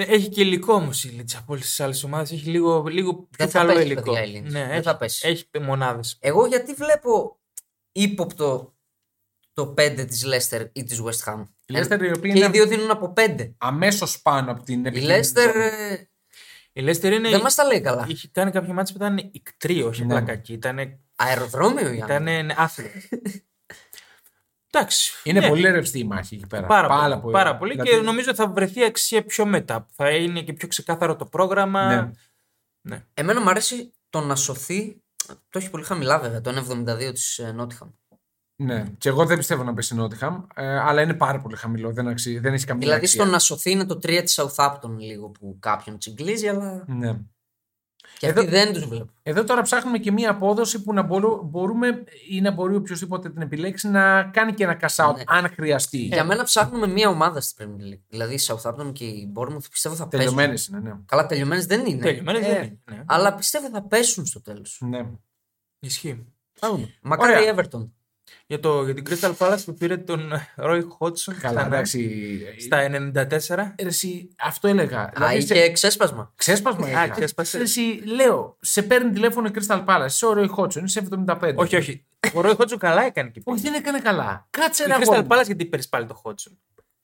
Speaker 3: Ναι, έχει και υλικό όμως η Λίτσα από όλες τις άλλες ομάδες. Έχει λίγο, λίγο πιο
Speaker 2: Δεν θα
Speaker 3: καλό
Speaker 2: πέσει,
Speaker 3: υλικό.
Speaker 2: παιδιά, η Λίτσα.
Speaker 3: Ναι,
Speaker 2: Δεν
Speaker 3: έχει,
Speaker 2: θα πέσει.
Speaker 3: Έχει μονάδες.
Speaker 2: Εγώ γιατί βλέπω ύποπτο το 5 της Leicester ή της West Ham.
Speaker 1: Η Leicester η οποία
Speaker 2: Ε, και οι
Speaker 1: είναι
Speaker 2: δύο δίνουν από 5.
Speaker 1: αμέσως πάνω από την
Speaker 2: Η
Speaker 1: επικίνδυνη
Speaker 2: Leicester
Speaker 1: ζώνη.
Speaker 2: ε,
Speaker 3: Η Λέστερ είναι.
Speaker 2: δεν μας τα λέει καλά.
Speaker 3: Είχε κάνει κάποια μάτια που ήταν ικτρή, όχι
Speaker 1: Ναι.
Speaker 3: απλά κακή. Ήταν
Speaker 2: Αεροδρόμιο η Άμυνα.
Speaker 3: άθλιοι. Εντάξει.
Speaker 1: Είναι
Speaker 3: ναι.
Speaker 1: πολύ ρευστή η μάχη εκεί πέρα.
Speaker 3: Πάρα, πολύ, πάρα πολύ
Speaker 1: Δηλαδή,
Speaker 3: και νομίζω θα βρεθεί αξία πιο μετά. που Θα είναι και πιο ξεκάθαρο το πρόγραμμα.
Speaker 1: Ναι.
Speaker 2: Εμένα μου αρέσει το να σωθεί. Το έχει πολύ χαμηλά βέβαια, το 1,72 της ε, Nottingham.
Speaker 1: Ναι. Και εγώ δεν πιστεύω να πέσει η Νότιχαμ, ε, αλλά είναι πάρα πολύ χαμηλό. Δεν, αξίζει, δεν έχει καμία
Speaker 2: Δηλαδή
Speaker 1: αξία.
Speaker 2: στο να σωθεί είναι το 3 της Southampton λίγο που κάποιον τσιγκλίζει, αλλά
Speaker 1: Ναι.
Speaker 2: και
Speaker 1: Εδώ-
Speaker 2: αυτοί δεν τους βλέπω.
Speaker 1: Εδώ τώρα ψάχνουμε και μία απόδοση που να μπορού- μπορούμε ή να μπορεί οποιοδήποτε την επιλέξει να κάνει και ένα cash out
Speaker 2: Ναι.
Speaker 1: αν
Speaker 3: Ε,
Speaker 1: χρειαστεί.
Speaker 2: Για μένα ψάχνουμε μία ομάδα στην Premier League. Δηλαδή η Southampton και η Bournemouth πιστεύω θα πέσουν.
Speaker 1: Τελειωμένε είναι, ναι.
Speaker 2: Καλά, τελειωμένες δεν είναι.
Speaker 3: Τελειωμένες
Speaker 1: Ε.
Speaker 3: δεν είναι. Ναι.
Speaker 2: Αλλά πιστεύω θα πέσουν στο τέλος.
Speaker 1: ναι.
Speaker 3: Ισχύει.
Speaker 1: Θα δούμε.
Speaker 2: Μακάρι η
Speaker 1: Ωραία.
Speaker 2: Everton.
Speaker 3: Για, το, για την Crystal Palace που πήρε τον Ρόι Χότσον
Speaker 1: Καλά, εντάξει.
Speaker 3: στα 94.
Speaker 1: Ε, Εσύ, αυτό έλεγα.
Speaker 2: Α,
Speaker 1: Δηλαδή, σε-
Speaker 2: είχε ξέσπασμα.
Speaker 1: Ξέσπασμα
Speaker 3: Α,
Speaker 1: είχα.
Speaker 3: ξέσπασε.
Speaker 1: Εσύ, λέω, σε παίρνει τηλέφωνο η Crystal Palace, σε ωραίο Χότσον, είσαι 75.
Speaker 3: όχι, όχι. Ο Ρόι Χότσον καλά έκανε και
Speaker 1: Όχι,
Speaker 3: πήρε.
Speaker 1: δεν έκανε καλά. Κάτσε
Speaker 3: Η
Speaker 1: ένα
Speaker 3: Crystal
Speaker 1: αγόρι.
Speaker 3: Palace γιατί πήρες πάλι το Χότσον.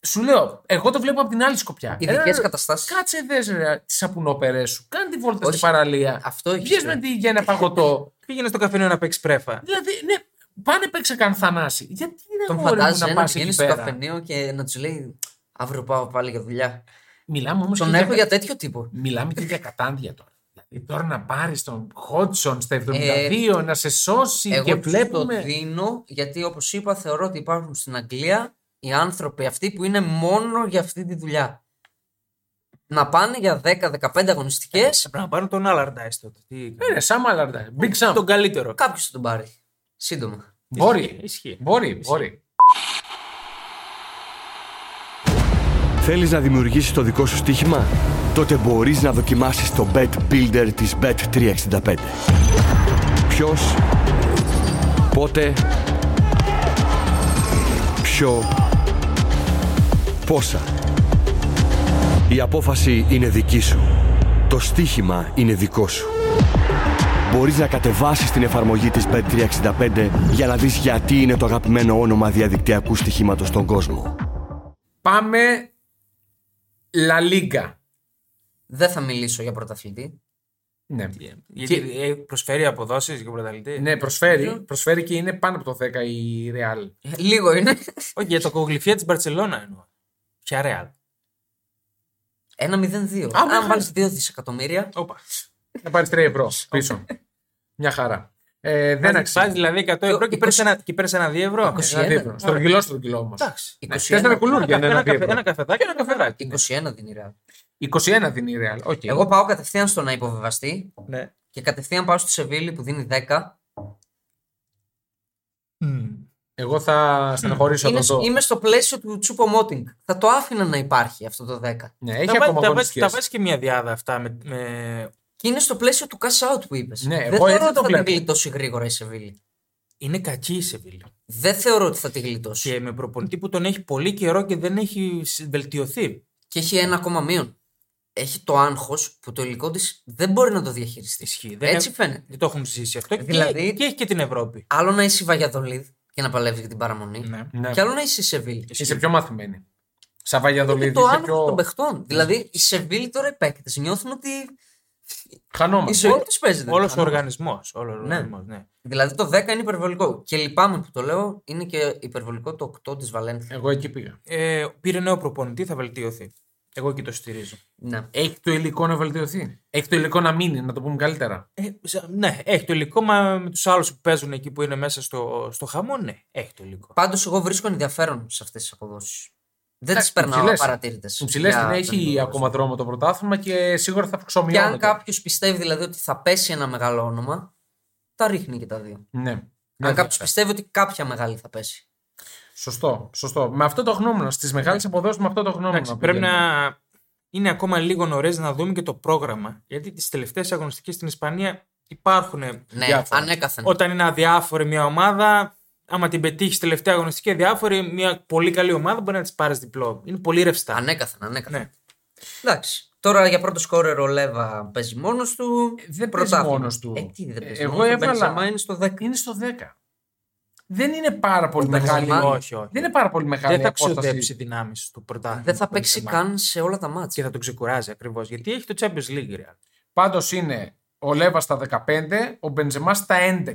Speaker 1: Σου λέω, εγώ το βλέπω από την άλλη σκοπιά.
Speaker 2: Ειδικές
Speaker 1: Ένα-
Speaker 2: καταστάσεις.
Speaker 1: Κάτσε δες ρε, τις σαπουνόπερε σου. Κάνε τη βόλτα
Speaker 2: Όχι.
Speaker 1: στην παραλία.
Speaker 2: Αυτό έχεις.
Speaker 1: Βγες με τη για ένα παγωτό.
Speaker 3: Πήγαινε στο καφενείο να παίξεις πρέφα.
Speaker 1: δηλαδή, ναι, πάνε παίξε καν θανάση. Γιατί είναι
Speaker 2: Τον
Speaker 1: αγόρι μου
Speaker 2: φαντάζεσαι
Speaker 1: να
Speaker 2: να
Speaker 1: πας
Speaker 2: πηγαίνει
Speaker 1: εκεί
Speaker 2: στο
Speaker 1: πέρα.
Speaker 2: καφενείο και να τους λέει Αύριο πάω πάλι για δουλειά.
Speaker 1: Μιλάμε όμως
Speaker 2: Τον έχω για τέτοιο τύπο.
Speaker 1: Μιλάμε και για κατάντια τώρα. Δηλαδή τώρα να πάρεις τον Χότσον στα 72, να σε σώσει και
Speaker 2: Ε, Εγώ τους
Speaker 1: βλέπουμε.
Speaker 2: το δίνω γιατί όπως είπα θεωρώ ότι υπάρχουν στην Αγγλία οι άνθρωποι αυτοί που είναι μόνο για αυτή τη δουλειά. Να πάνε για 10-15 αγωνιστικέ,
Speaker 3: Θα πρέπει να πάρουν τον Allardyce τότε. Τι...
Speaker 1: Ε, ρε, Sam Allardyce. Big Sam.
Speaker 3: Τον καλύτερο.
Speaker 2: κάποιος θα τον πάρει. Σύντομα.
Speaker 1: Μπορεί.
Speaker 3: Ισχύει.
Speaker 1: Μπορεί, μπορεί.
Speaker 4: Θέλεις να δημιουργήσεις το δικό σου στοίχημα? Τότε μπορείς να δοκιμάσεις το Bet Builder της Bet365. Ποιος, πότε, ποιο, πόσα. Η απόφαση είναι δική σου. Το στοίχημα είναι δικό σου. Μπορείς να κατεβάσεις την εφαρμογή της Bet365 για να δεις γιατί είναι το αγαπημένο όνομα διαδικτυακού στοιχήματος στον κόσμο.
Speaker 1: Πάμε. La Liga.
Speaker 2: Δεν θα μιλήσω για πρωταθλητή.
Speaker 1: Ναι.
Speaker 3: Γιατί ε, προσφέρει αποδόσεις για πρωταθλητή.
Speaker 1: Ναι, προσφέρει, προσφέρει και είναι πάνω από το 10 η Real.
Speaker 2: Λίγο είναι.
Speaker 3: Όχι, για το κογλυφία της Μπαρσελόνα εννοώ. Ποια ρεάλ.
Speaker 2: Ένα 0-2.
Speaker 1: Α, μάλιστα.
Speaker 2: Αν βάλει 2 δισεκατομμύρια.
Speaker 3: Όπα.
Speaker 1: Να πάρει 3 ευρώ πίσω. Μια χαρά. Ε, δεν
Speaker 3: Βάζεις
Speaker 1: αξίζει. Ε,
Speaker 3: δηλαδή 100 ευρώ και παίρνει ένα, και παίρνεις ένα 2 ευρώ.
Speaker 2: 20.
Speaker 1: Ένα δίπλο. Στρογγυλό, στρογγυλό Ναι. όμως.
Speaker 3: Εντάξει.
Speaker 2: 21,
Speaker 1: Τέσσερα κουλούρια είναι ένα
Speaker 3: Ένα, καφε,
Speaker 1: δίπλο.
Speaker 3: ένα καφεδάκι, ένα καφεδάκι.
Speaker 2: 21 δίνει η Real.
Speaker 1: 21 δίνει η Real. Οκ.
Speaker 2: Εγώ πάω κατευθείαν στο να υποβεβαστεί
Speaker 3: Ναι.
Speaker 2: και κατευθείαν πάω στη Σεβίλη που δίνει 10.
Speaker 1: Εγώ θα στεναχωρήσω
Speaker 2: Είναι,
Speaker 1: αυτό. το-
Speaker 2: είμαι στο πλαίσιο του Τσούπο Μότινγκ. Θα το άφηνα να υπάρχει αυτό το 10.
Speaker 1: Ναι,
Speaker 3: Τα
Speaker 1: έχει
Speaker 3: βάζει-
Speaker 1: ακόμα
Speaker 3: τα βάζει-
Speaker 1: αγωνιστικές.
Speaker 3: τα βάζει και μια διάδα αυτά με, με-
Speaker 2: Και είναι στο πλαίσιο του cash out που είπες.
Speaker 1: Ναι,
Speaker 2: Δεν
Speaker 1: εγώ
Speaker 2: θεωρώ
Speaker 1: έτσι
Speaker 2: ότι
Speaker 1: το
Speaker 2: θα την
Speaker 1: βλέπω.
Speaker 2: γλιτώσει γρήγορα η Σεβίλη.
Speaker 3: Είναι κακή η Σεβίλη.
Speaker 2: Δεν θεωρώ ότι θα τη γλιτώσει. Και,
Speaker 3: Και με προπονητή που τον έχει πολύ καιρό και δεν έχει συ- βελτιωθεί.
Speaker 2: έχει ένα ακόμα μείον. Έχει το άγχος που το υλικό της δεν μπορεί να το διαχειριστεί.
Speaker 3: Ισχύει. Δεν,
Speaker 2: Έτσι φαίνεται.
Speaker 3: δεν το έχουν ζήσει αυτό. Και-
Speaker 2: Δηλαδή-
Speaker 3: Και, έχει και την Ευρώπη.
Speaker 2: Άλλο να είσαι η Βαγιαδολίδ και να παλεύεις για την παραμονή.
Speaker 3: Ναι.
Speaker 1: Ναι.
Speaker 2: Και άλλο να είσαι η Σεβίλη.
Speaker 1: Είσαι πιο μαθημένη. Σαν Βαγιαδολίδη.
Speaker 2: Και το
Speaker 1: Είσαι
Speaker 2: άγχος των
Speaker 1: πιο.
Speaker 2: παιχτών. Δηλαδή η Σεβίλη τώρα οι παίκτε νιώθουν ότι η
Speaker 1: Χανόμαστε.
Speaker 2: ζωή του παίζεται.
Speaker 3: Όλος ο
Speaker 2: Πιθανόν.
Speaker 3: οργανισμό. Ναι.
Speaker 2: Δηλαδή το 10 είναι υπερβολικό. Και λυπάμαι που το λέω, είναι και υπερβολικό το 8 τη Βαλένθια.
Speaker 1: Εγώ εκεί πήγα.
Speaker 3: Ε, πήρε νέο προπονητή, θα βελτιωθεί. Εγώ εκεί το στηρίζω.
Speaker 2: Ναι.
Speaker 1: Έχει το υλικό να βελτιωθεί. Έχει το υλικό να μείνει, να το πούμε καλύτερα.
Speaker 3: Ε, σα- ναι, έχει το υλικό, μα με τους άλλους που παίζουν εκεί που είναι μέσα στο, στο χαμό, ναι, έχει το υλικό.
Speaker 2: Πάντως, εγώ βρίσκω ενδιαφέρον σε αυτές τις αποδόσεις. Δεν
Speaker 1: Εντάξει,
Speaker 2: τις περνάω
Speaker 1: υψηλές.
Speaker 2: απαρατήρητε.
Speaker 1: Οι ψηλέ την έχει ακόμα δρόμο το πρωτάθλημα και σίγουρα θα
Speaker 2: Και αν
Speaker 1: ξομοιώνεται.
Speaker 2: κάποιος πιστεύει δηλαδή ότι θα πέσει ένα μεγάλο όνομα, τα ρίχνει και τα δύο.
Speaker 1: Ναι. Ναι,
Speaker 2: αν κάποιος
Speaker 1: ναι.
Speaker 2: πιστεύει ότι κάποια μεγάλη θα πέσει.
Speaker 1: Σωστό, σωστό. Με αυτό το γνώμονα. Στις μεγάλες αποδόσεις με αυτό το γνώμονα.
Speaker 3: Εντάξει, πρέπει
Speaker 1: πηγαίνουμε.
Speaker 3: να είναι ακόμα λίγο νωρίς να δούμε και το πρόγραμμα. Γιατί τις τελευταίες αγωνιστικές στην Ισπανία υπάρχουν.
Speaker 2: Ναι,
Speaker 1: Διάφορα.
Speaker 2: ανέκαθεν.
Speaker 3: Όταν είναι αδιάφορη μια ομάδα, άμα την πετύχεις τελευταία αγωνιστική αδιάφορη, μια πολύ καλή ομάδα μπορεί να της πάρεις διπλό. Είναι πολύ ρευστά.
Speaker 2: Ανέκαθεν, ανέκαθεν.
Speaker 3: Ναι.
Speaker 2: Εντάξει. Τώρα για πρώτο σκόρερ ο Λέβα παίζει μόνος του.
Speaker 1: Ε, Δεν παίζει
Speaker 2: Πρωτάθλημα.
Speaker 1: μόνος του.
Speaker 2: Ε, τι δεν παίζει
Speaker 1: Εγώ
Speaker 2: μόνος του,
Speaker 1: έβαλα-
Speaker 2: ο Μπενζεμά είναι στο 10.
Speaker 1: Είναι στο 10. Δεν είναι πάρα πολύ μεγάλη.
Speaker 2: Μπενζεμά-
Speaker 3: Όχι, όχι.
Speaker 1: Δεν είναι πάρα πολύ μεγάλη
Speaker 3: Δεν θα
Speaker 1: απόσταση.
Speaker 3: ξοδέψει δυνάμεις του πρωτάθλημα.
Speaker 2: Δεν θα παίξει
Speaker 3: Μπενζεμά.
Speaker 2: καν σε όλα τα
Speaker 3: Και
Speaker 2: μάτια.
Speaker 3: θα τον ξεκουράζει ακριβώς. Γιατί έχει το Champions League. Ρε.
Speaker 1: Πάντως είναι ο Λέβα στα 15, ο Μπενζεμά στα 11.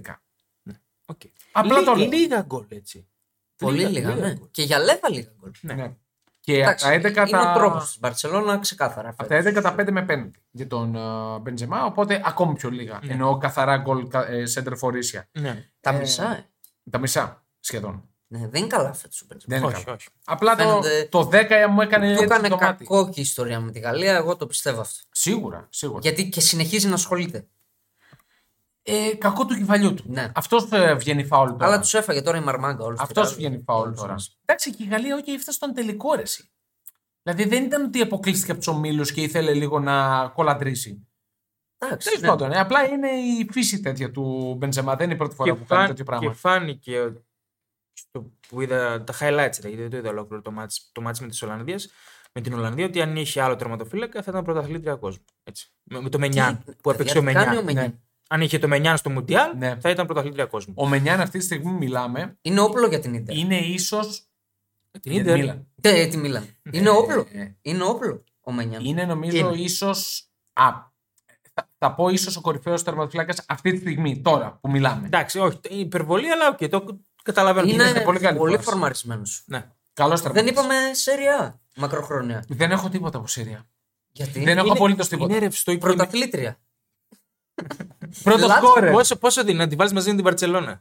Speaker 3: Okay.
Speaker 1: Απλά το λέω.
Speaker 3: Λίγα γκολ έτσι.
Speaker 2: Πολύ λίγα, ναι. Και για Λέβα λίγα γκολ.
Speaker 1: Ναι. Και από
Speaker 2: Εντάξει,
Speaker 1: τα 11
Speaker 2: είναι
Speaker 1: τα...
Speaker 2: ο τρόπος της Μπαρσελόνα ξεκάθαρα.
Speaker 1: από τα 11 τα 5 με 5 για τον ε, Μπενζεμά, οπότε ακόμη πιο λίγα. Εννοώ καθαρά γκολ κα- ε, center φορήσια.
Speaker 3: Ναι.
Speaker 2: Τα
Speaker 1: ε,
Speaker 2: μισά, ε.
Speaker 1: Τα μισά σχεδόν.
Speaker 2: Ναι, δεν είναι καλά φέτος ο Μπενζεμά.
Speaker 1: Δεν είναι
Speaker 3: Όχι,
Speaker 1: καλό.
Speaker 3: όχι.
Speaker 1: Απλά το,
Speaker 2: Φαίνεται-
Speaker 1: το 10 μου έκανε
Speaker 2: Του
Speaker 1: λίγο
Speaker 2: έκανε
Speaker 1: το μάτι.
Speaker 2: κακό και η ιστορία με τη Γαλλία, εγώ το πιστεύω αυτό.
Speaker 1: Σίγουρα, σίγουρα.
Speaker 2: Γιατί και συνεχίζει να ασχολείται.
Speaker 1: Ε, κακό του κεφαλιού του.
Speaker 2: Ναι.
Speaker 1: Αυτός ε, βγαίνει φάουλ τώρα.
Speaker 2: Αλλά τους έφαγε τώρα η Μαρμάγκα όλους.
Speaker 1: Αυτό βγαίνει φάουλ τώρα. Εντάξει, και η Γαλλία, όχι, έφτασε στον τελικό ρεσί. Δηλαδή δεν ήταν ότι αποκλείστηκε από τους ομίλους και ήθελε λίγο να κολαντρήσει. Τέλο
Speaker 2: Εντάξει. ναι.
Speaker 1: πάντων, ε, απλά είναι η φύση τέτοια του Μπεντζεμά. Δεν είναι η πρώτη φορά
Speaker 3: Και,
Speaker 1: που κάνει
Speaker 3: φάν-
Speaker 1: τέτοιο
Speaker 3: και
Speaker 1: πράγμα.
Speaker 3: φάνηκε ότι- στο που είδα τα highlights, ρε, γιατί δεν το είδα ολόκληρο το μάτς, το μάτς με, τις Ολλανδίες, με την Ολλανδία, ότι αν είχε άλλο τερματοφύλακα θα ήταν πρωταθλήτρια κόσμου. Έτσι. Με, με το
Speaker 2: Τι-
Speaker 3: Μενιάν που
Speaker 2: παιδιά,
Speaker 3: έπαιξε ο
Speaker 2: τι κάνει ο
Speaker 3: Μενιάν.
Speaker 2: Μενιάν.
Speaker 3: Αν είχε το Μενιάν στο Μουντιάλ,
Speaker 1: Ναι.
Speaker 3: θα ήταν πρωταθλήτρια κόσμου.
Speaker 1: Ο Μενιάν αυτή τη στιγμή μιλάμε.
Speaker 2: Είναι όπλο για την Ιντερ.
Speaker 1: Είναι ίσως.
Speaker 3: Την Ίντερ.
Speaker 2: Ε, τη Μίλαν. Είναι όπλο. Είναι όπλο ο Μενιάν.
Speaker 1: ε, Είναι νομίζω
Speaker 3: Είναι.
Speaker 1: ίσως. Α, θα, θα πω ίσως ο κορυφαίος τερματοφυλάκα αυτή τη στιγμή, τώρα που
Speaker 2: Ναι.
Speaker 1: μιλάμε.
Speaker 3: Εντάξει, όχι, είναι υπερβολή, αλλά οκ, το καταλαβαίνω.
Speaker 2: Είναι,
Speaker 1: γίνεται πολύ
Speaker 2: πολύ,
Speaker 1: καλή
Speaker 2: πολύ
Speaker 1: φάση.
Speaker 2: φορμαρισμένος.
Speaker 3: Ναι.
Speaker 1: Καλός
Speaker 2: Δεν
Speaker 1: τερματοφυλάκα.
Speaker 2: είπαμε σεριά μακροχρόνια.
Speaker 1: Δεν έχω τίποτα από Σύρια.
Speaker 2: Γιατί
Speaker 1: Δεν έχω
Speaker 3: Είναι-
Speaker 1: απολύτως
Speaker 3: Είναι
Speaker 1: τίποτα.
Speaker 3: ρευστό και είναι-
Speaker 2: πρωταθλήτρια.
Speaker 1: Πρώτος
Speaker 2: Λάθος.
Speaker 1: σκόρερ.
Speaker 3: Πόσο, πόσο δίνει να τη βάλεις μαζί με την Παρσελώνα.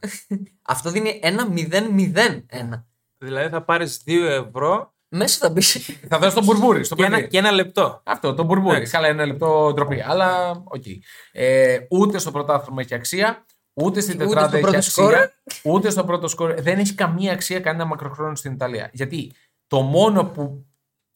Speaker 2: Αυτό δίνει ένα 0-0-1.
Speaker 3: δηλαδή θα πάρεις 2 ευρώ
Speaker 2: Μέσα θα μπεις.
Speaker 1: Θα δώσω τον Μπουρμπούρη στο
Speaker 3: και ένα,
Speaker 1: παιδί.
Speaker 3: και ένα λεπτό.
Speaker 1: Αυτό, τον Μπουρμπούρη.
Speaker 2: Ναι.
Speaker 3: Εντάξει.
Speaker 1: Καλά, ένα λεπτό ντροπή. Αλλά οκ. Ε, ούτε στο πρωτάθλημα έχει αξία, ούτε στην
Speaker 2: Ούτε
Speaker 1: τετράδα
Speaker 2: στο
Speaker 1: έχει
Speaker 2: πρώτο
Speaker 1: αξία,
Speaker 2: σκόρερ.
Speaker 1: ούτε στο πρώτο σκόρ. Δεν έχει καμία αξία κανένα μακροχρόνιο στην Ιταλία. Γιατί το μόνο που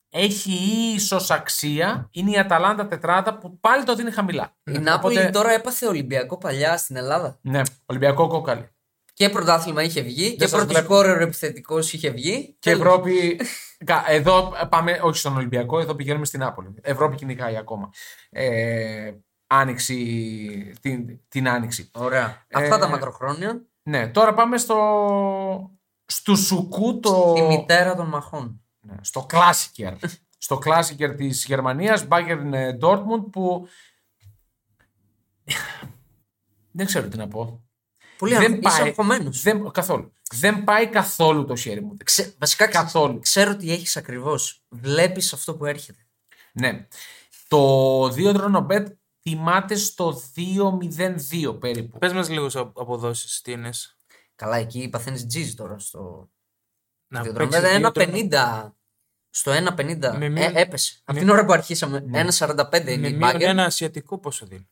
Speaker 1: έχει ίσως αξία είναι η Αταλάντα τετράδα που πάλι το δίνει χαμηλά.
Speaker 2: Η Νάπολη
Speaker 1: Οπότε-
Speaker 2: τώρα έπαθε Ολυμπιακό παλιά στην Ελλάδα.
Speaker 1: Ναι, Ολυμπιακό κόκαλι.
Speaker 2: Και πρωτάθλημα είχε βγει και
Speaker 1: σας
Speaker 2: πρώτος
Speaker 1: βλέπω.
Speaker 2: σκόρερ επιθετικός είχε βγει.
Speaker 1: Και Ευρώπη. Κα- εδώ πάμε, όχι στον Ολυμπιακό, εδώ πηγαίνουμε στην Νάπολη. Ευρώπη κυνηγάει ακόμα. Ε, άνοιξη, την, την άνοιξη.
Speaker 2: Ωραία.
Speaker 1: Ε,
Speaker 2: Αυτά τα μακροχρόνια.
Speaker 1: Ναι, τώρα πάμε στο. Στου Σουκού το.
Speaker 2: Η μητέρα των μαχών.
Speaker 1: Ναι, στο Κλάσικερ. στο Κλάσικερ της Γερμανίας, Bayern ε, Dortmund που. Δεν ξέρω τι να πω.
Speaker 2: Πολύ
Speaker 1: Δεν
Speaker 2: αγχωμένος.
Speaker 1: πάει.
Speaker 2: Είσαι αγχωμένος.
Speaker 1: Δεν, καθόλου. Δεν πάει καθόλου το χέρι μου.
Speaker 2: Ξε- Βασικά ξε-
Speaker 1: Καθόλου.
Speaker 2: ξέρω τι έχεις ακριβώς. Βλέπεις αυτό που έρχεται.
Speaker 1: Ναι. Το 2 Drone Bet τιμάται στο 2-0-2 περίπου.
Speaker 3: Πες μας λίγο σε αποδόσεις, τι είναι.
Speaker 2: Καλά, εκεί παθαίνεις τζιζ τώρα στο.
Speaker 3: Να
Speaker 2: διαδρόμο.
Speaker 3: παίξεις
Speaker 2: Βέβαια,
Speaker 3: δύο
Speaker 2: 1,50. Στο 1,50
Speaker 3: Με
Speaker 2: ε,
Speaker 3: μία-
Speaker 2: έπεσε. Από την ώρα που αρχίσαμε,
Speaker 1: Ναι.
Speaker 2: 1,45
Speaker 3: Με
Speaker 2: είναι η
Speaker 3: μείον
Speaker 2: Μπάγκερ.
Speaker 3: ένα ασιατικό πόσο δίνει.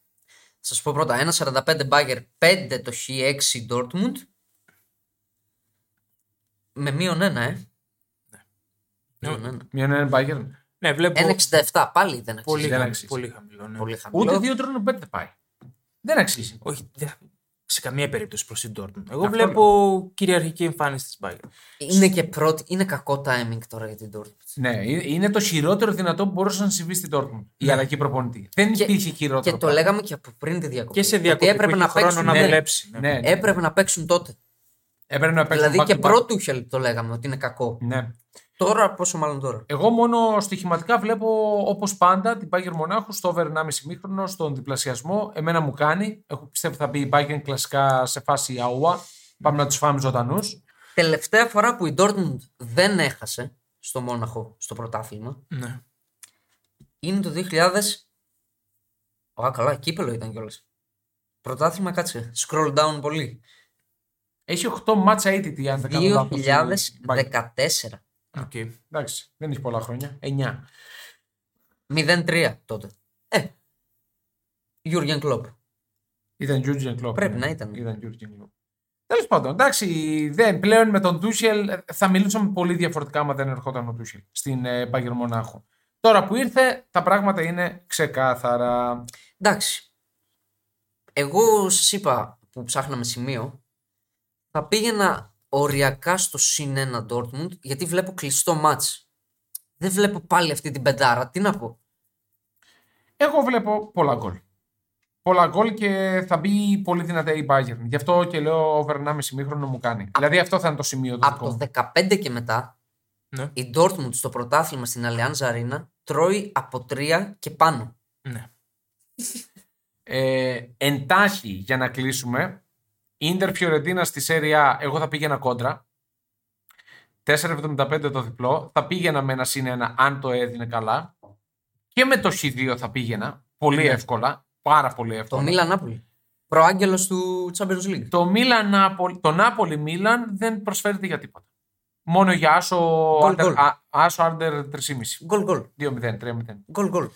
Speaker 2: Σα πω πρώτα, 1,45 Μπάγκερ, 5 το Χ6 Dortmund. Με μείον ένα, ε. Μείον ένα.
Speaker 1: Μείον ένα Bayern.
Speaker 3: Ναι, βλέπω
Speaker 2: 1,67 πάλι δεν αξίζει.
Speaker 3: πολύ,
Speaker 1: δεν
Speaker 3: χαμη-
Speaker 1: αξίζει.
Speaker 3: πολύ χαμηλό. Ναι.
Speaker 2: Πολύ χαμηλό.
Speaker 1: Ούτε 2 Drone Bet δεν πάει. Δεν αξίζει.
Speaker 3: Όχι, δεν- σε καμία περίπτωση προς την Dortmund. Εγώ
Speaker 1: Αυτό
Speaker 3: βλέπω κυριαρχική εμφάνιση της Bayern.
Speaker 2: Είναι και πρώτη. Είναι κακό timing τώρα για την Dortmund.
Speaker 1: Ναι, είναι- είναι το χειρότερο δυνατό που μπορούσε να συμβεί στην Dortmund. Η αλλαγή προπονητή. Δεν
Speaker 2: Και-
Speaker 1: υπήρχε χειρότερο.
Speaker 2: Και το
Speaker 1: πράγμα.
Speaker 2: λέγαμε και από πριν τη διακοπή.
Speaker 3: Και σε
Speaker 2: ότι
Speaker 3: διακοπή
Speaker 2: έπρεπε
Speaker 3: που
Speaker 2: να
Speaker 3: έχει χρόνο
Speaker 2: παίξουν,
Speaker 3: να
Speaker 2: ναι,
Speaker 3: δουλέψει. ναι.
Speaker 1: Ναι, ναι.
Speaker 2: Έπρεπε να παίξουν τότε.
Speaker 1: Έπρεπε να παίξουν
Speaker 2: Δηλαδή
Speaker 1: back
Speaker 2: και
Speaker 1: to back.
Speaker 2: πρώτου χελ το λέγαμε ότι είναι κακό.
Speaker 1: Ναι.
Speaker 2: Τώρα πόσο μάλλον τώρα.
Speaker 1: Εγώ μόνο στοιχηματικά βλέπω όπως πάντα την Bayern Μονάχου στο over 1,5 μήχρονο, στον διπλασιασμό. Εμένα μου κάνει. Εγώ πιστεύω θα μπει η Bayern κλασικά σε φάση αούα. Πάμε να τους φάμε ζωντανούς.
Speaker 2: Τελευταία φορά που η Dortmund δεν έχασε στο Μόναχο στο πρωτάθλημα
Speaker 3: Ναι.
Speaker 2: είναι το 2000. Α, καλά, κύπελο ήταν κιόλας. Πρωτάθλημα, κάτσε. Scroll down πολύ.
Speaker 1: Έχει 8 μάτσα ATT αν δεν κάνω λάθος, ε, η Bayern.
Speaker 2: 2014.
Speaker 3: Οκ.
Speaker 1: Εντάξει, δεν έχει πολλά χρόνια. 9.
Speaker 2: 0-3 τότε. Ε. Γιούργεν Κλοπ.
Speaker 1: Ήταν Jurgen Klopp.
Speaker 2: Πρέπει
Speaker 1: ναι.
Speaker 2: να ήταν.
Speaker 1: Ήταν Jurgen Klopp. Τέλος πάντων, εντάξει, δεν, πλέον με τον Τούσελ ε, θα μιλούσαμε πολύ διαφορετικά άμα δεν ερχόταν ο Τούσελ στην ε, Bayern Μονάχου. Τώρα που ήρθε, τα πράγματα είναι ξεκάθαρα.
Speaker 2: Εντάξει. Εγώ σας είπα που ψάχναμε σημείο, θα πήγαινα οριακά στο συν 1 Dortmund γιατί βλέπω κλειστό μάτς. Δεν βλέπω πάλι αυτή την πεντάρα. Τι να πω.
Speaker 1: Εγώ βλέπω πολλά γκολ. Πολλά γκολ και θα μπει πολύ δυνατά η Bayern. Γι' αυτό και λέω over 1,5 μήχρονο μου κάνει. δηλαδή αυτό θα είναι το σημείο του
Speaker 2: Από το 15 και μετά
Speaker 3: Ναι.
Speaker 2: η Dortmund στο πρωτάθλημα στην Allianz Arena τρώει από 3 και πάνω.
Speaker 3: Ναι.
Speaker 1: Ε, εντάχει για να κλείσουμε. Ιντερ Φιωρεντίνα στη Σέρια, εγώ θα πήγαινα κόντρα. 4,75 το διπλό. Θα πήγαινα με ένα συν ένα, αν το έδινε καλά. Και με το χ2 θα πήγαινα. Πολύ
Speaker 2: Ναι.
Speaker 1: εύκολα. Πάρα πολύ
Speaker 2: Το
Speaker 1: εύκολα.
Speaker 2: Μίλαν Νάπολη. Προάγγελος του Champions League.
Speaker 1: Το, Μίλαν, Νάπολη- το Νάπολι Μίλαν δεν προσφέρεται για τίποτα. Μόνο για άσο
Speaker 2: Γκολ,
Speaker 1: under,
Speaker 2: γκολ.
Speaker 1: α- άσο under 3,5.
Speaker 2: Γκολ γκολ.
Speaker 1: 2-0, 3-0.
Speaker 2: Γκολ γκολ.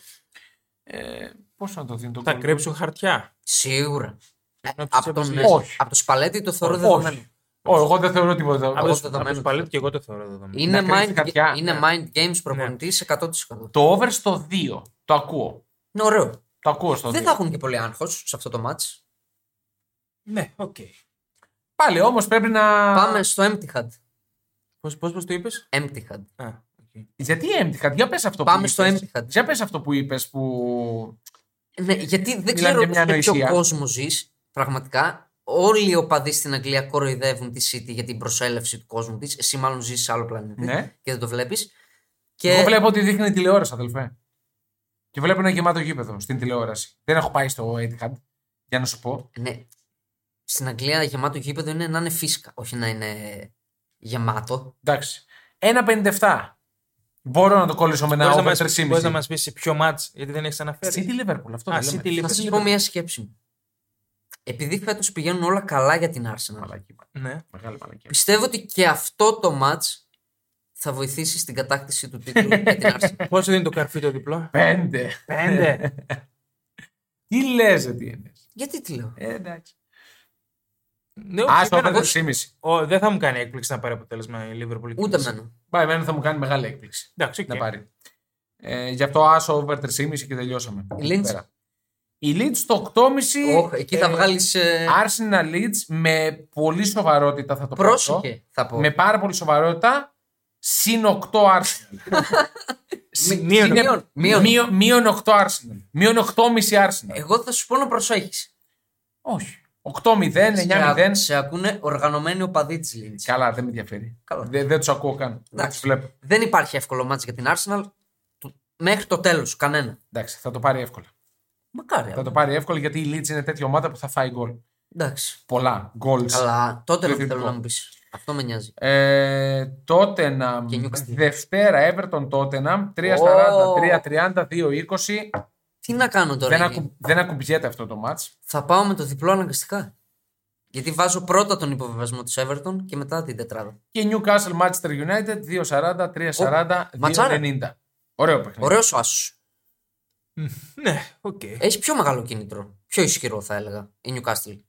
Speaker 1: Ε, Πόσο να το δίνει το
Speaker 3: Θα
Speaker 1: γκολ.
Speaker 3: κρύψουν χαρτιά.
Speaker 2: Σίγουρα. Ε,
Speaker 3: Να τους
Speaker 2: από, τον,
Speaker 3: έπαιζε.
Speaker 1: Όχι.
Speaker 2: από το Σπαλέτη το θεωρώ
Speaker 1: Όχι.
Speaker 2: δεδομένο.
Speaker 1: Ω, εγώ δεν θεωρώ τίποτα.
Speaker 3: Από
Speaker 2: το
Speaker 3: το-
Speaker 2: δεδομένο
Speaker 3: από το
Speaker 2: του.
Speaker 3: παλέτη και εγώ το θεωρώ δεδομένο.
Speaker 2: Είναι,
Speaker 1: κρύψει
Speaker 2: mind,
Speaker 1: χαρτιά,
Speaker 2: είναι
Speaker 1: ναι.
Speaker 2: mind games προπονητής 100%.
Speaker 1: Το over στο 2. Το ακούω.
Speaker 2: Είναι ωραίο.
Speaker 1: Το ακούω στο 2.
Speaker 2: Δεν θα έχουν και πολύ άγχος σε αυτό το match.
Speaker 3: Ναι, οκ. Okay.
Speaker 1: Πάλι όμως πρέπει να.
Speaker 2: Πάμε στο empty hat.
Speaker 3: Πώς, πώς, πώς το είπες?
Speaker 2: Empty hat.
Speaker 3: Α, οκ.
Speaker 1: Γιατί έμτυχα, για πες αυτό
Speaker 2: Πάμε
Speaker 1: που
Speaker 2: στο
Speaker 1: είπες.
Speaker 2: έμτυχα.
Speaker 1: Για πες αυτό που είπες που.
Speaker 2: Ναι, γιατί δεν
Speaker 1: Μιλάμε για
Speaker 2: ξέρω
Speaker 1: μια
Speaker 2: σε ποιο
Speaker 1: ανοησία.
Speaker 2: κόσμο ζεις πραγματικά. Όλοι οι οπαδοί στην Αγγλία κοροϊδεύουν τη City για την προσέλευση του κόσμου της. Εσύ, μάλλον, ζεις σε άλλο πλανήτη
Speaker 1: Ναι.
Speaker 2: και δεν το βλέπεις. Και...
Speaker 1: Εγώ βλέπω ότι δείχνει τηλεόραση, αδελφέ. Και βλέπω ένα γεμάτο γήπεδο στην τηλεόραση. Δεν έχω πάει στο Etihad, για να σου πω.
Speaker 2: Ναι. Στην Αγγλία γεμάτο γήπεδο είναι να είναι φίσκα, όχι να είναι γεμάτο.
Speaker 1: Εντάξει. 1,57. Μπορώ να το κόλλησω με ένα
Speaker 3: Μπορείς να
Speaker 1: over
Speaker 3: μας- μπορείς να
Speaker 1: 3,5.
Speaker 3: μας πεις σε ποιο μάτς, γιατί δεν έχεις αναφέρει.
Speaker 1: City Liverpool, αυτό
Speaker 3: Α,
Speaker 1: δεν λέμε.
Speaker 3: City
Speaker 2: Να
Speaker 3: Liverpool.
Speaker 2: σα πω μια σκέψη μου. Επειδή φέτος πηγαίνουν όλα καλά για την Arsenal,
Speaker 1: Μαλακή,
Speaker 3: Ναι.
Speaker 1: μεγάλη μαλακή.
Speaker 2: πιστεύω ότι και αυτό το match θα βοηθήσει στην κατάκτηση του τίτλου για την Arsenal.
Speaker 3: Πόσο δίνει το καρφί το διπλό?
Speaker 1: Πέντε.
Speaker 3: Πέντε.
Speaker 1: Τι λες, τι είναι.
Speaker 2: Γιατί τι λέω.
Speaker 1: Εντάξει.
Speaker 3: Ναι,
Speaker 1: Α,
Speaker 3: όχι,
Speaker 1: το
Speaker 3: εμένα
Speaker 1: over
Speaker 3: δεν-
Speaker 1: 3,5.
Speaker 3: Ω, δεν θα μου κάνει έκπληξη να πάρει αποτέλεσμα η Liverpool.
Speaker 2: Ούτε
Speaker 1: Ε,
Speaker 2: εμένα.
Speaker 1: Πάει, εμένα θα μου κάνει μεγάλη έκπληξη.
Speaker 3: Εντάξει,
Speaker 1: να
Speaker 3: οκ.
Speaker 1: πάρει. Ε, γι' αυτό άσο over 3,5 και τελειώσαμε.
Speaker 2: Η Leeds.
Speaker 1: Πέρα. Η Leeds το 8,5.
Speaker 2: Όχι, εκεί θα
Speaker 1: ε,
Speaker 2: βγάλεις.
Speaker 1: Arsenal Leeds με πολύ σοβαρότητα θα το πω αυτό.
Speaker 2: Πρόσεχε, θα πω.
Speaker 1: Με πάρα πολύ σοβαρότητα. Συν 8 Arsenal. Συν-
Speaker 3: μείον-
Speaker 1: είναι-
Speaker 2: μείον- μείον.
Speaker 1: μείον- Μείον 8 Arsenal. Μείον 8,5 Arsenal.
Speaker 2: Εγώ θα σου πω να προσέχεις.
Speaker 1: Όχι. 8-0, 9-0.
Speaker 2: Σε ακούνε οργανωμένοι οπαδοί τη Λίνη.
Speaker 1: Καλά, δεν με ενδιαφέρει.
Speaker 2: Καλά.
Speaker 1: Δεν, δεν τους ακούω καν. Δεν
Speaker 2: Εντάξει.
Speaker 1: τους βλέπω.
Speaker 2: Δεν υπάρχει εύκολο μάτς για την Arsenal του- μέχρι το τέλος. Κανένα.
Speaker 1: Εντάξει, θα το πάρει εύκολα.
Speaker 2: Μακάρι.
Speaker 1: Θα
Speaker 2: αλλά.
Speaker 1: το πάρει εύκολα γιατί η Leeds είναι τέτοια ομάδα που θα φάει γκολ.
Speaker 2: Εντάξει.
Speaker 1: Πολλά γκολ.
Speaker 2: Αλλά
Speaker 1: Το
Speaker 2: τότε δεν θέλω
Speaker 1: εθνικό.
Speaker 2: να μου πεις. Αυτό με νοιάζει.
Speaker 1: Ε, Τότεναμ.
Speaker 2: Και Newcastle.
Speaker 1: Δευτέρα, Everton Τότεναμ. 3-40, 3-30, 2-20.
Speaker 2: Τι να κάνω τώρα.
Speaker 1: Δεν,
Speaker 2: εκεί?
Speaker 1: ακου, δεν ακουμπιέται αυτό το μάτς.
Speaker 2: Θα πάω με το διπλό αναγκαστικά. Γιατί βάζω πρώτα τον υποβεβασμό της Everton και μετά την τετράδα.
Speaker 1: Και Newcastle Manchester United 2-40, 3-40,
Speaker 2: Ω, ματσάρα.
Speaker 1: 2-90. Ωραίο παιχνίδι.
Speaker 2: Ωραίος ο Άσος.
Speaker 3: Ναι, οκ.
Speaker 2: Έχει πιο μεγάλο κίνητρο. Πιο ισχυρό θα έλεγα. Η Newcastle.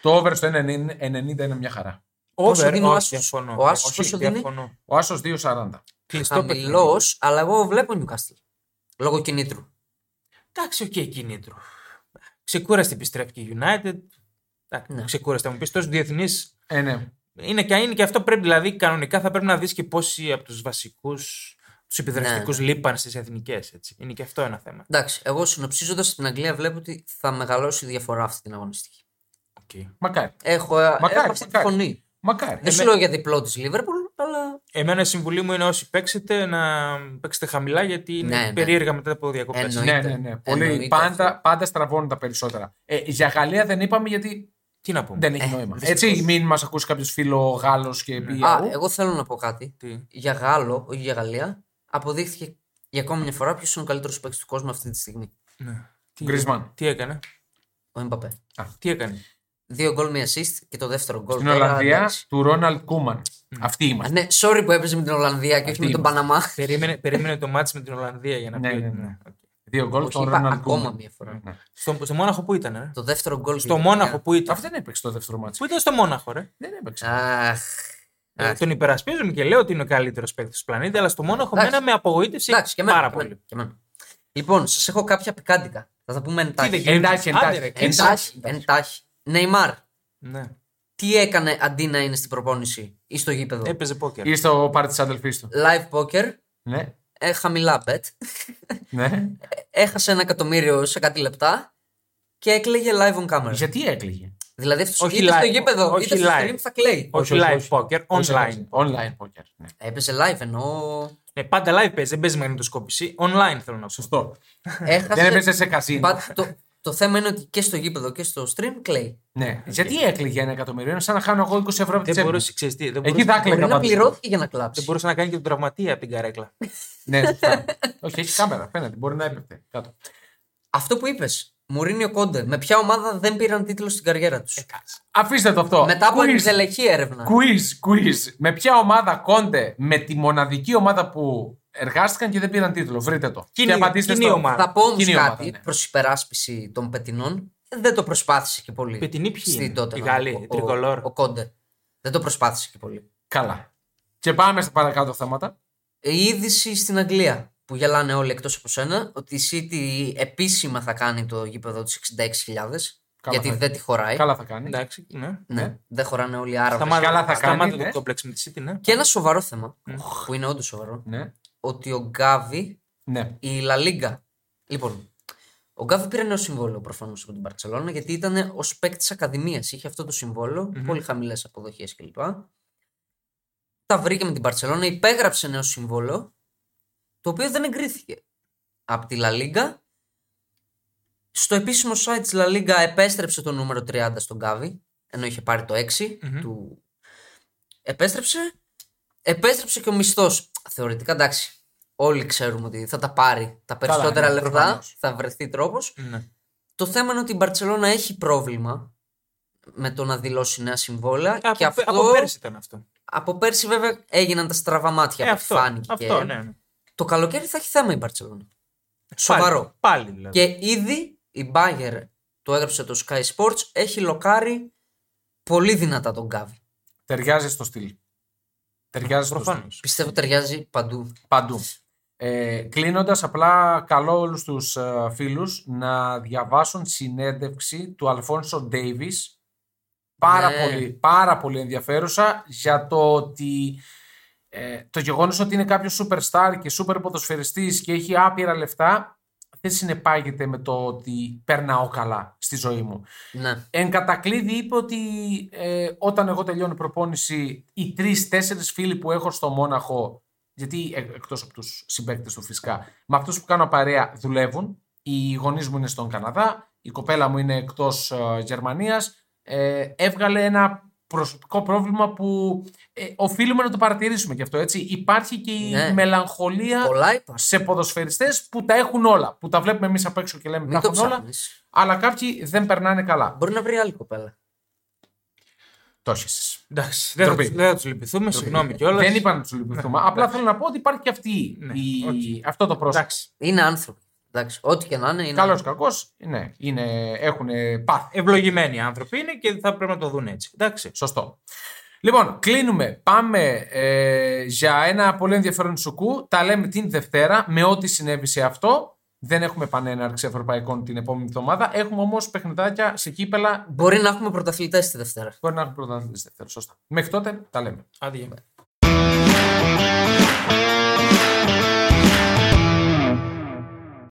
Speaker 1: Το over στο 90 είναι μια χαρά.
Speaker 2: Πόσο
Speaker 3: Over,
Speaker 2: δίνει ο
Speaker 3: όχι,
Speaker 2: Άσος?
Speaker 3: διαφωνώ.
Speaker 2: Ο Άσος
Speaker 3: Όχι,
Speaker 2: πόσο δίνει?
Speaker 3: διαφωνώ.
Speaker 1: Ο Άσος 2-40.
Speaker 3: Κλειστό παιχνίδι.
Speaker 2: Χαμηλός, αλλά εγώ βλέπω Newcastle. Λόγω κινήτρου.
Speaker 3: Εντάξει, οκ, κινήτρο. Ξεκούραστη επιστρέφει και η United. Εντάξει,
Speaker 2: Ναι.
Speaker 3: Ξεκούραστη, θα μου πεις τόσο διεθνής.
Speaker 1: Ε, ναι.
Speaker 3: Είναι και, είναι και αυτό πρέπει, δηλαδή κανονικά θα πρέπει να δεις και πόσοι από τους βασικούς, τους επιδραστικούς
Speaker 2: Ναι,
Speaker 3: λείπαν στις εθνικές. Είναι και αυτό ένα θέμα.
Speaker 2: Εντάξει, εγώ συνοψίζοντας την Αγγλία βλέπω ότι θα μεγαλώσει η διαφορά αυτή την αγωνιστική.
Speaker 3: Okay.
Speaker 1: Μακάρι.
Speaker 2: Έχω, ε,
Speaker 1: Μακάρι,
Speaker 2: έχω αυτή τη
Speaker 1: μακάρι.
Speaker 2: φωνή.
Speaker 1: Μακάρι. Ε, ναι.
Speaker 2: Δεν σου λέω για διπλό της Λίβερπουλ, αλλά.
Speaker 3: Εμένα η συμβουλή μου είναι όσοι παίξετε να παίξετε χαμηλά γιατί είναι
Speaker 2: Ναι, ναι.
Speaker 3: περίεργα μετά από διακοπές.
Speaker 2: Εννοείται.
Speaker 1: ναι, ναι, ναι. Πολύ,
Speaker 2: Εννοείται
Speaker 1: πάντα,
Speaker 2: αυτό.
Speaker 1: πάντα στραβώνουν τα περισσότερα. Ε, για Γαλλία δεν είπαμε γιατί
Speaker 3: Τι να πούμε.
Speaker 1: δεν έχει
Speaker 2: Ε,
Speaker 1: νόημα.
Speaker 3: δυστυχώς.
Speaker 1: Έτσι, μην μας ακούσει κάποιος φίλο Γάλλος και πει.
Speaker 2: Ναι. Α,
Speaker 1: «Αου».
Speaker 2: εγώ θέλω να πω κάτι.
Speaker 3: Τι.
Speaker 2: Για Γάλλο, όχι για Γαλλία, αποδείχθηκε για ακόμη μια φορά ποιος είναι ο καλύτερος παίκτης του κόσμου αυτή τη στιγμή.
Speaker 3: Ναι. Τι,
Speaker 1: Γκρισμάν.
Speaker 3: τι έκανε.
Speaker 2: Ο Εμπαπέ.
Speaker 3: Τι έκανε.
Speaker 2: Δύο γκολ, μία assist και το δεύτερο γκολ.
Speaker 1: στην
Speaker 2: τώρα,
Speaker 1: Ολλανδία
Speaker 2: εντάξει.
Speaker 1: του Ρόναλτ Κούμαν. Αυτοί
Speaker 2: Α,
Speaker 1: είμαστε.
Speaker 2: Ναι, sorry που έπαιζε με την Ολλανδία και όχι
Speaker 1: Αυτή
Speaker 2: με τον
Speaker 1: είμαστε.
Speaker 2: Παναμά.
Speaker 3: περίμενε, περίμενε το μάτς με την Ολλανδία για να
Speaker 1: Ναι,
Speaker 3: πει.
Speaker 1: ναι,
Speaker 3: ότι-
Speaker 1: ναι.
Speaker 3: ναι, οκ.
Speaker 1: Δύο γκολ
Speaker 2: όχι,
Speaker 1: του
Speaker 2: είπα
Speaker 1: Ρόναλτ
Speaker 2: ακόμα
Speaker 1: Κούμαν.
Speaker 2: μία φορά.
Speaker 1: Ναι.
Speaker 3: Στο, στο Μόναχο που ήταν. Ε?
Speaker 2: Το δεύτερο γκολ.
Speaker 3: Στο
Speaker 2: πήγε.
Speaker 3: Μόναχο που ήταν.
Speaker 1: Αυτό δεν έπαιξε το δεύτερο μάτσο.
Speaker 3: Πού ήταν στο Μόναχο, ρε.
Speaker 1: Δεν έπαιξε.
Speaker 2: Αχ.
Speaker 3: Ε, Τον υπερασπίζομαι και λέω ότι είναι ο καλύτερος παίκτης του
Speaker 1: Ναι.
Speaker 3: πλανήτη, αλλά στο Μόναχο
Speaker 2: Εντάξει.
Speaker 3: μένα με απογοήτευσε
Speaker 2: Εντάξει, και εμένα.
Speaker 3: πάρα
Speaker 2: και εμένα,
Speaker 3: πολύ.
Speaker 2: και εμένα. Λοιπόν, σας έχω κάποια πικάντικα. Θα τα πούμε εντάχει.
Speaker 3: δεν-
Speaker 1: Εντάξει, εντάξει.
Speaker 3: Άντε, ρε.
Speaker 1: εντάξει.
Speaker 2: Εντάχει. Εντάχει. Νεϊμάρ,
Speaker 3: Ναι.
Speaker 2: τι έκανε αντί να είναι στην προπόνηση ή στο γήπεδο.
Speaker 3: Έπαιζε πόκερ.
Speaker 1: Ή στο πάρτι της αδελφής του.
Speaker 2: Live poker,
Speaker 1: Ναι,
Speaker 2: ε, χαμηλά bet.
Speaker 1: ναι.
Speaker 2: Έχασε ένα εκατομμύριο σε κάτι λεπτά και έκλαιγε live on camera.
Speaker 1: Γιατί έκλειγε.
Speaker 2: Δηλαδή αυτός
Speaker 3: Όχι
Speaker 2: είτε στο
Speaker 3: live,
Speaker 2: γήπεδο,
Speaker 3: όχι
Speaker 2: είτε στο
Speaker 3: live.
Speaker 2: stream θα κλαίει.
Speaker 3: Όχι
Speaker 1: όχι,
Speaker 3: live
Speaker 1: όχι.
Speaker 3: poker, online.
Speaker 1: Online poker. Ναι.
Speaker 2: Έπαιζε live ενώ.
Speaker 3: Ναι, πάντα live παίζει, δεν παίζει μαγνητοσκόπηση. Online θέλω να πω.
Speaker 1: Σωστό.
Speaker 2: Έχασες.
Speaker 1: Δεν έπαιζες σε καζίνο.
Speaker 2: But το, το θέμα είναι ότι και στο γήπεδο και στο stream κλαίει.
Speaker 1: Ναι. Γιατί έκλειγε ένα εκατομμύριο, είναι σαν να χάνω εγώ 20 ευρώ από τη
Speaker 3: Δεν
Speaker 1: τσέπη. μου.
Speaker 3: μπορούσε, ξέρεις τι. Δεν
Speaker 1: Εκεί
Speaker 3: μπορούσε,
Speaker 1: θα έκλαιγα
Speaker 2: Μπορεί να
Speaker 1: πάντως.
Speaker 2: πληρώθηκε για να
Speaker 3: δεν
Speaker 2: κλάψει.
Speaker 3: μπορούσε να κάνει και τον τραυματία από την καρέκλα.
Speaker 1: Ναι, σωστά. Όχι, έχει κάμερα. Φαίνεται, μπορεί να έπεφτε κάτω.
Speaker 2: Αυτό που είπες, Μουρίνιο Κόντε, με ποια ομάδα δεν πήραν τίτλο στην καριέρα
Speaker 3: Ε,
Speaker 2: του.
Speaker 1: Αφήστε το αυτό.
Speaker 2: Μετά από
Speaker 1: Quiz.
Speaker 2: ενδελεχή έρευνα.
Speaker 1: Quiz, quiz. Με ποια ομάδα κόντε, με τη μοναδική ομάδα που εργάστηκαν και δεν πήραν τίτλο. Βρείτε το.
Speaker 3: Κοινή-
Speaker 1: και απαντήστε
Speaker 3: κοινή
Speaker 1: στο.
Speaker 3: ομάδα.
Speaker 2: Θα πω όμως
Speaker 1: Κοινή ομάδα,
Speaker 2: κάτι
Speaker 1: ναι.
Speaker 2: προς υπεράσπιση των πετινών. Δεν το προσπάθησε και πολύ.
Speaker 3: Πετινοί ποιοι
Speaker 2: Στην
Speaker 3: είναι?
Speaker 2: τότε.
Speaker 3: Οι Γάλλοι, οι τρικολόρ.
Speaker 2: Ο, ο Κόντε. Δεν το προσπάθησε και πολύ.
Speaker 1: Καλά. Και πάμε στα παρακάτω θέματα.
Speaker 2: Η είδηση στην Αγγλία που γελάνε όλοι εκτός από σένα ότι η City επίσημα θα κάνει το γήπεδο του 66.000
Speaker 1: Καλά
Speaker 2: γιατί
Speaker 1: θα-
Speaker 2: δεν τη χωράει.
Speaker 1: Καλά θα κάνει.
Speaker 3: Εντάξει, Ε. ναι.
Speaker 2: Ναι, δεν χωράνε όλοι οι Άραβες.
Speaker 3: Σταμάτα,
Speaker 1: καλά θα
Speaker 3: σταμάτα
Speaker 1: κάνει, ναι.
Speaker 3: το κόμπλεξ με τη City, ναι.
Speaker 2: Και ένα σοβαρό θέμα που είναι όντως σοβαρό
Speaker 1: Ναι.
Speaker 2: ότι ο Γκάβι,
Speaker 1: ναι.
Speaker 2: η Λα Λίγκα. Λοιπόν, ο Γκάβι πήρε νέο συμβόλαιο προφανώς από την Παρσελόνα γιατί ήταν ως παίκτης Ακαδημίας. Είχε αυτό το συμβολαιο
Speaker 3: Μμμ.
Speaker 2: πολύ χαμηλές αποδοχές κλπ. Τα βρήκε με την Παρσελόνα, υπέγραψε νέο συμβόλαιο το οποίο δεν εγκρίθηκε από τη Λα Λίγκα. Στο επίσημο site της La Liga επέστρεψε το νούμερο 30 στον Γκάβι, ενώ είχε πάρει το 6
Speaker 3: Μμμ.
Speaker 2: του... Επέστρεψε. Επέστρεψε και ο μισθός. Θεωρητικά εντάξει, όλοι ξέρουμε ότι θα τα πάρει τα περισσότερα
Speaker 1: ναι,
Speaker 2: λεφτά,
Speaker 1: προφανώς.
Speaker 2: θα βρεθεί τρόπος.
Speaker 3: ναι.
Speaker 2: Το θέμα είναι ότι η Μπαρτσελώνα έχει πρόβλημα με το να δηλώσει νέα συμβόλαια
Speaker 3: Από,
Speaker 2: και αυτό...
Speaker 3: από πέρσι ήταν αυτό.
Speaker 2: από πέρσι βέβαια έγιναν τα στραβά μάτια
Speaker 3: Ε,
Speaker 2: που
Speaker 3: αυτό,
Speaker 2: φάνηκε.
Speaker 3: αυτό
Speaker 2: και-
Speaker 3: ναι, ναι.
Speaker 2: Το καλοκαίρι θα έχει θέμα η Μπαρτσελώνα. Σοβαρό.
Speaker 3: Πάλι, πάλι δηλαδή.
Speaker 2: Και ήδη η Bayer, το έγραψε το Sky Sports, έχει λοκάρει πολύ δυνατά τον Γκάβι.
Speaker 1: Ταιριάζει στο στυλ. Ταιριάζει στο στυλ.
Speaker 3: Προφανώ.
Speaker 2: Πιστεύω ταιριάζει παντού.
Speaker 1: Παντού. Ε, Κλείνοντας, απλά καλώ όλους τους φίλου ε, να διαβάσουν συνέντευξη του Αλφόνσο Ντέιβις. Πάρα,
Speaker 2: Ναι.
Speaker 1: πολύ, πάρα πολύ ενδιαφέρουσα για το ότι ε, το γεγονός ότι είναι κάποιος superstar και super ποδοσφαιριστής και έχει άπειρα λεφτά δεν συνεπάγεται με το ότι περνάω καλά στη ζωή μου.
Speaker 2: Ναι.
Speaker 1: Εν κατακλείδη είπε ότι ε, όταν εγώ τελειώνω προπόνηση, οι τρει-τέσσερι φίλοι που έχω στο Μόναχο, γιατί εκτός από τους συμπαίκτες του φυσικά, με αυτούς που κάνω παρέα δουλεύουν. Οι γονείς μου είναι στον Καναδά, η κοπέλα μου είναι εκτός ε, Γερμανίας. Ε, έβγαλε ένα προσωπικό πρόβλημα που ε, οφείλουμε να το παρατηρήσουμε και αυτό έτσι. Υπάρχει και η
Speaker 2: Ναι.
Speaker 1: μελαγχολία
Speaker 2: Πολλά είπα.
Speaker 1: σε ποδοσφαιριστές που τα έχουν όλα, που τα βλέπουμε εμείς απ' έξω και λέμε τα
Speaker 2: Μην το
Speaker 1: έχουν όλα,
Speaker 2: ψάχνεις.
Speaker 1: αλλά κάποιοι δεν περνάνε καλά.
Speaker 2: Μπορεί να βρει άλλη κοπέλα.
Speaker 1: Το έχεις.
Speaker 3: Εντάξει, δεν θα,
Speaker 1: Ντροπή.
Speaker 3: τους- δεν θα τους λυπηθούμε, συγγνώμη κιόλας.
Speaker 1: Δεν είπα να τους λυπηθούμε. Απλά θέλω να πω ότι υπάρχει και αυτή
Speaker 3: Ναι,
Speaker 1: η...
Speaker 3: οκ.
Speaker 1: αυτό το πρόσωπο.
Speaker 3: Εντάξει.
Speaker 2: Είναι άνθρωποι. Εντάξει, ό,τι και να είναι. είναι
Speaker 1: Καλός ή
Speaker 2: άνθρωποι.
Speaker 1: κακός, ναι, είναι, έχουν πάθει.
Speaker 3: Ευλογημένοι άνθρωποι είναι και θα πρέπει να το δουν έτσι. Εντάξει.
Speaker 1: Σωστό. Λοιπόν, κλείνουμε. Πάμε ε, για ένα πολύ ενδιαφέρον σουκού. Τα λέμε την Δευτέρα με ό,τι συνέβη σε αυτό. Δεν έχουμε πανέναρξη ευρωπαϊκών την επόμενη εβδομάδα. Έχουμε όμως παιχνιδάκια σε κύπελα.
Speaker 2: Μπορεί να έχουμε πρωταθλητές τη Δευτέρα.
Speaker 1: Μπορεί να έχουμε πρωταθλητές Δευτέρα. Σωστά. Μέχρι τότε τα λέμε.
Speaker 3: Άδεια.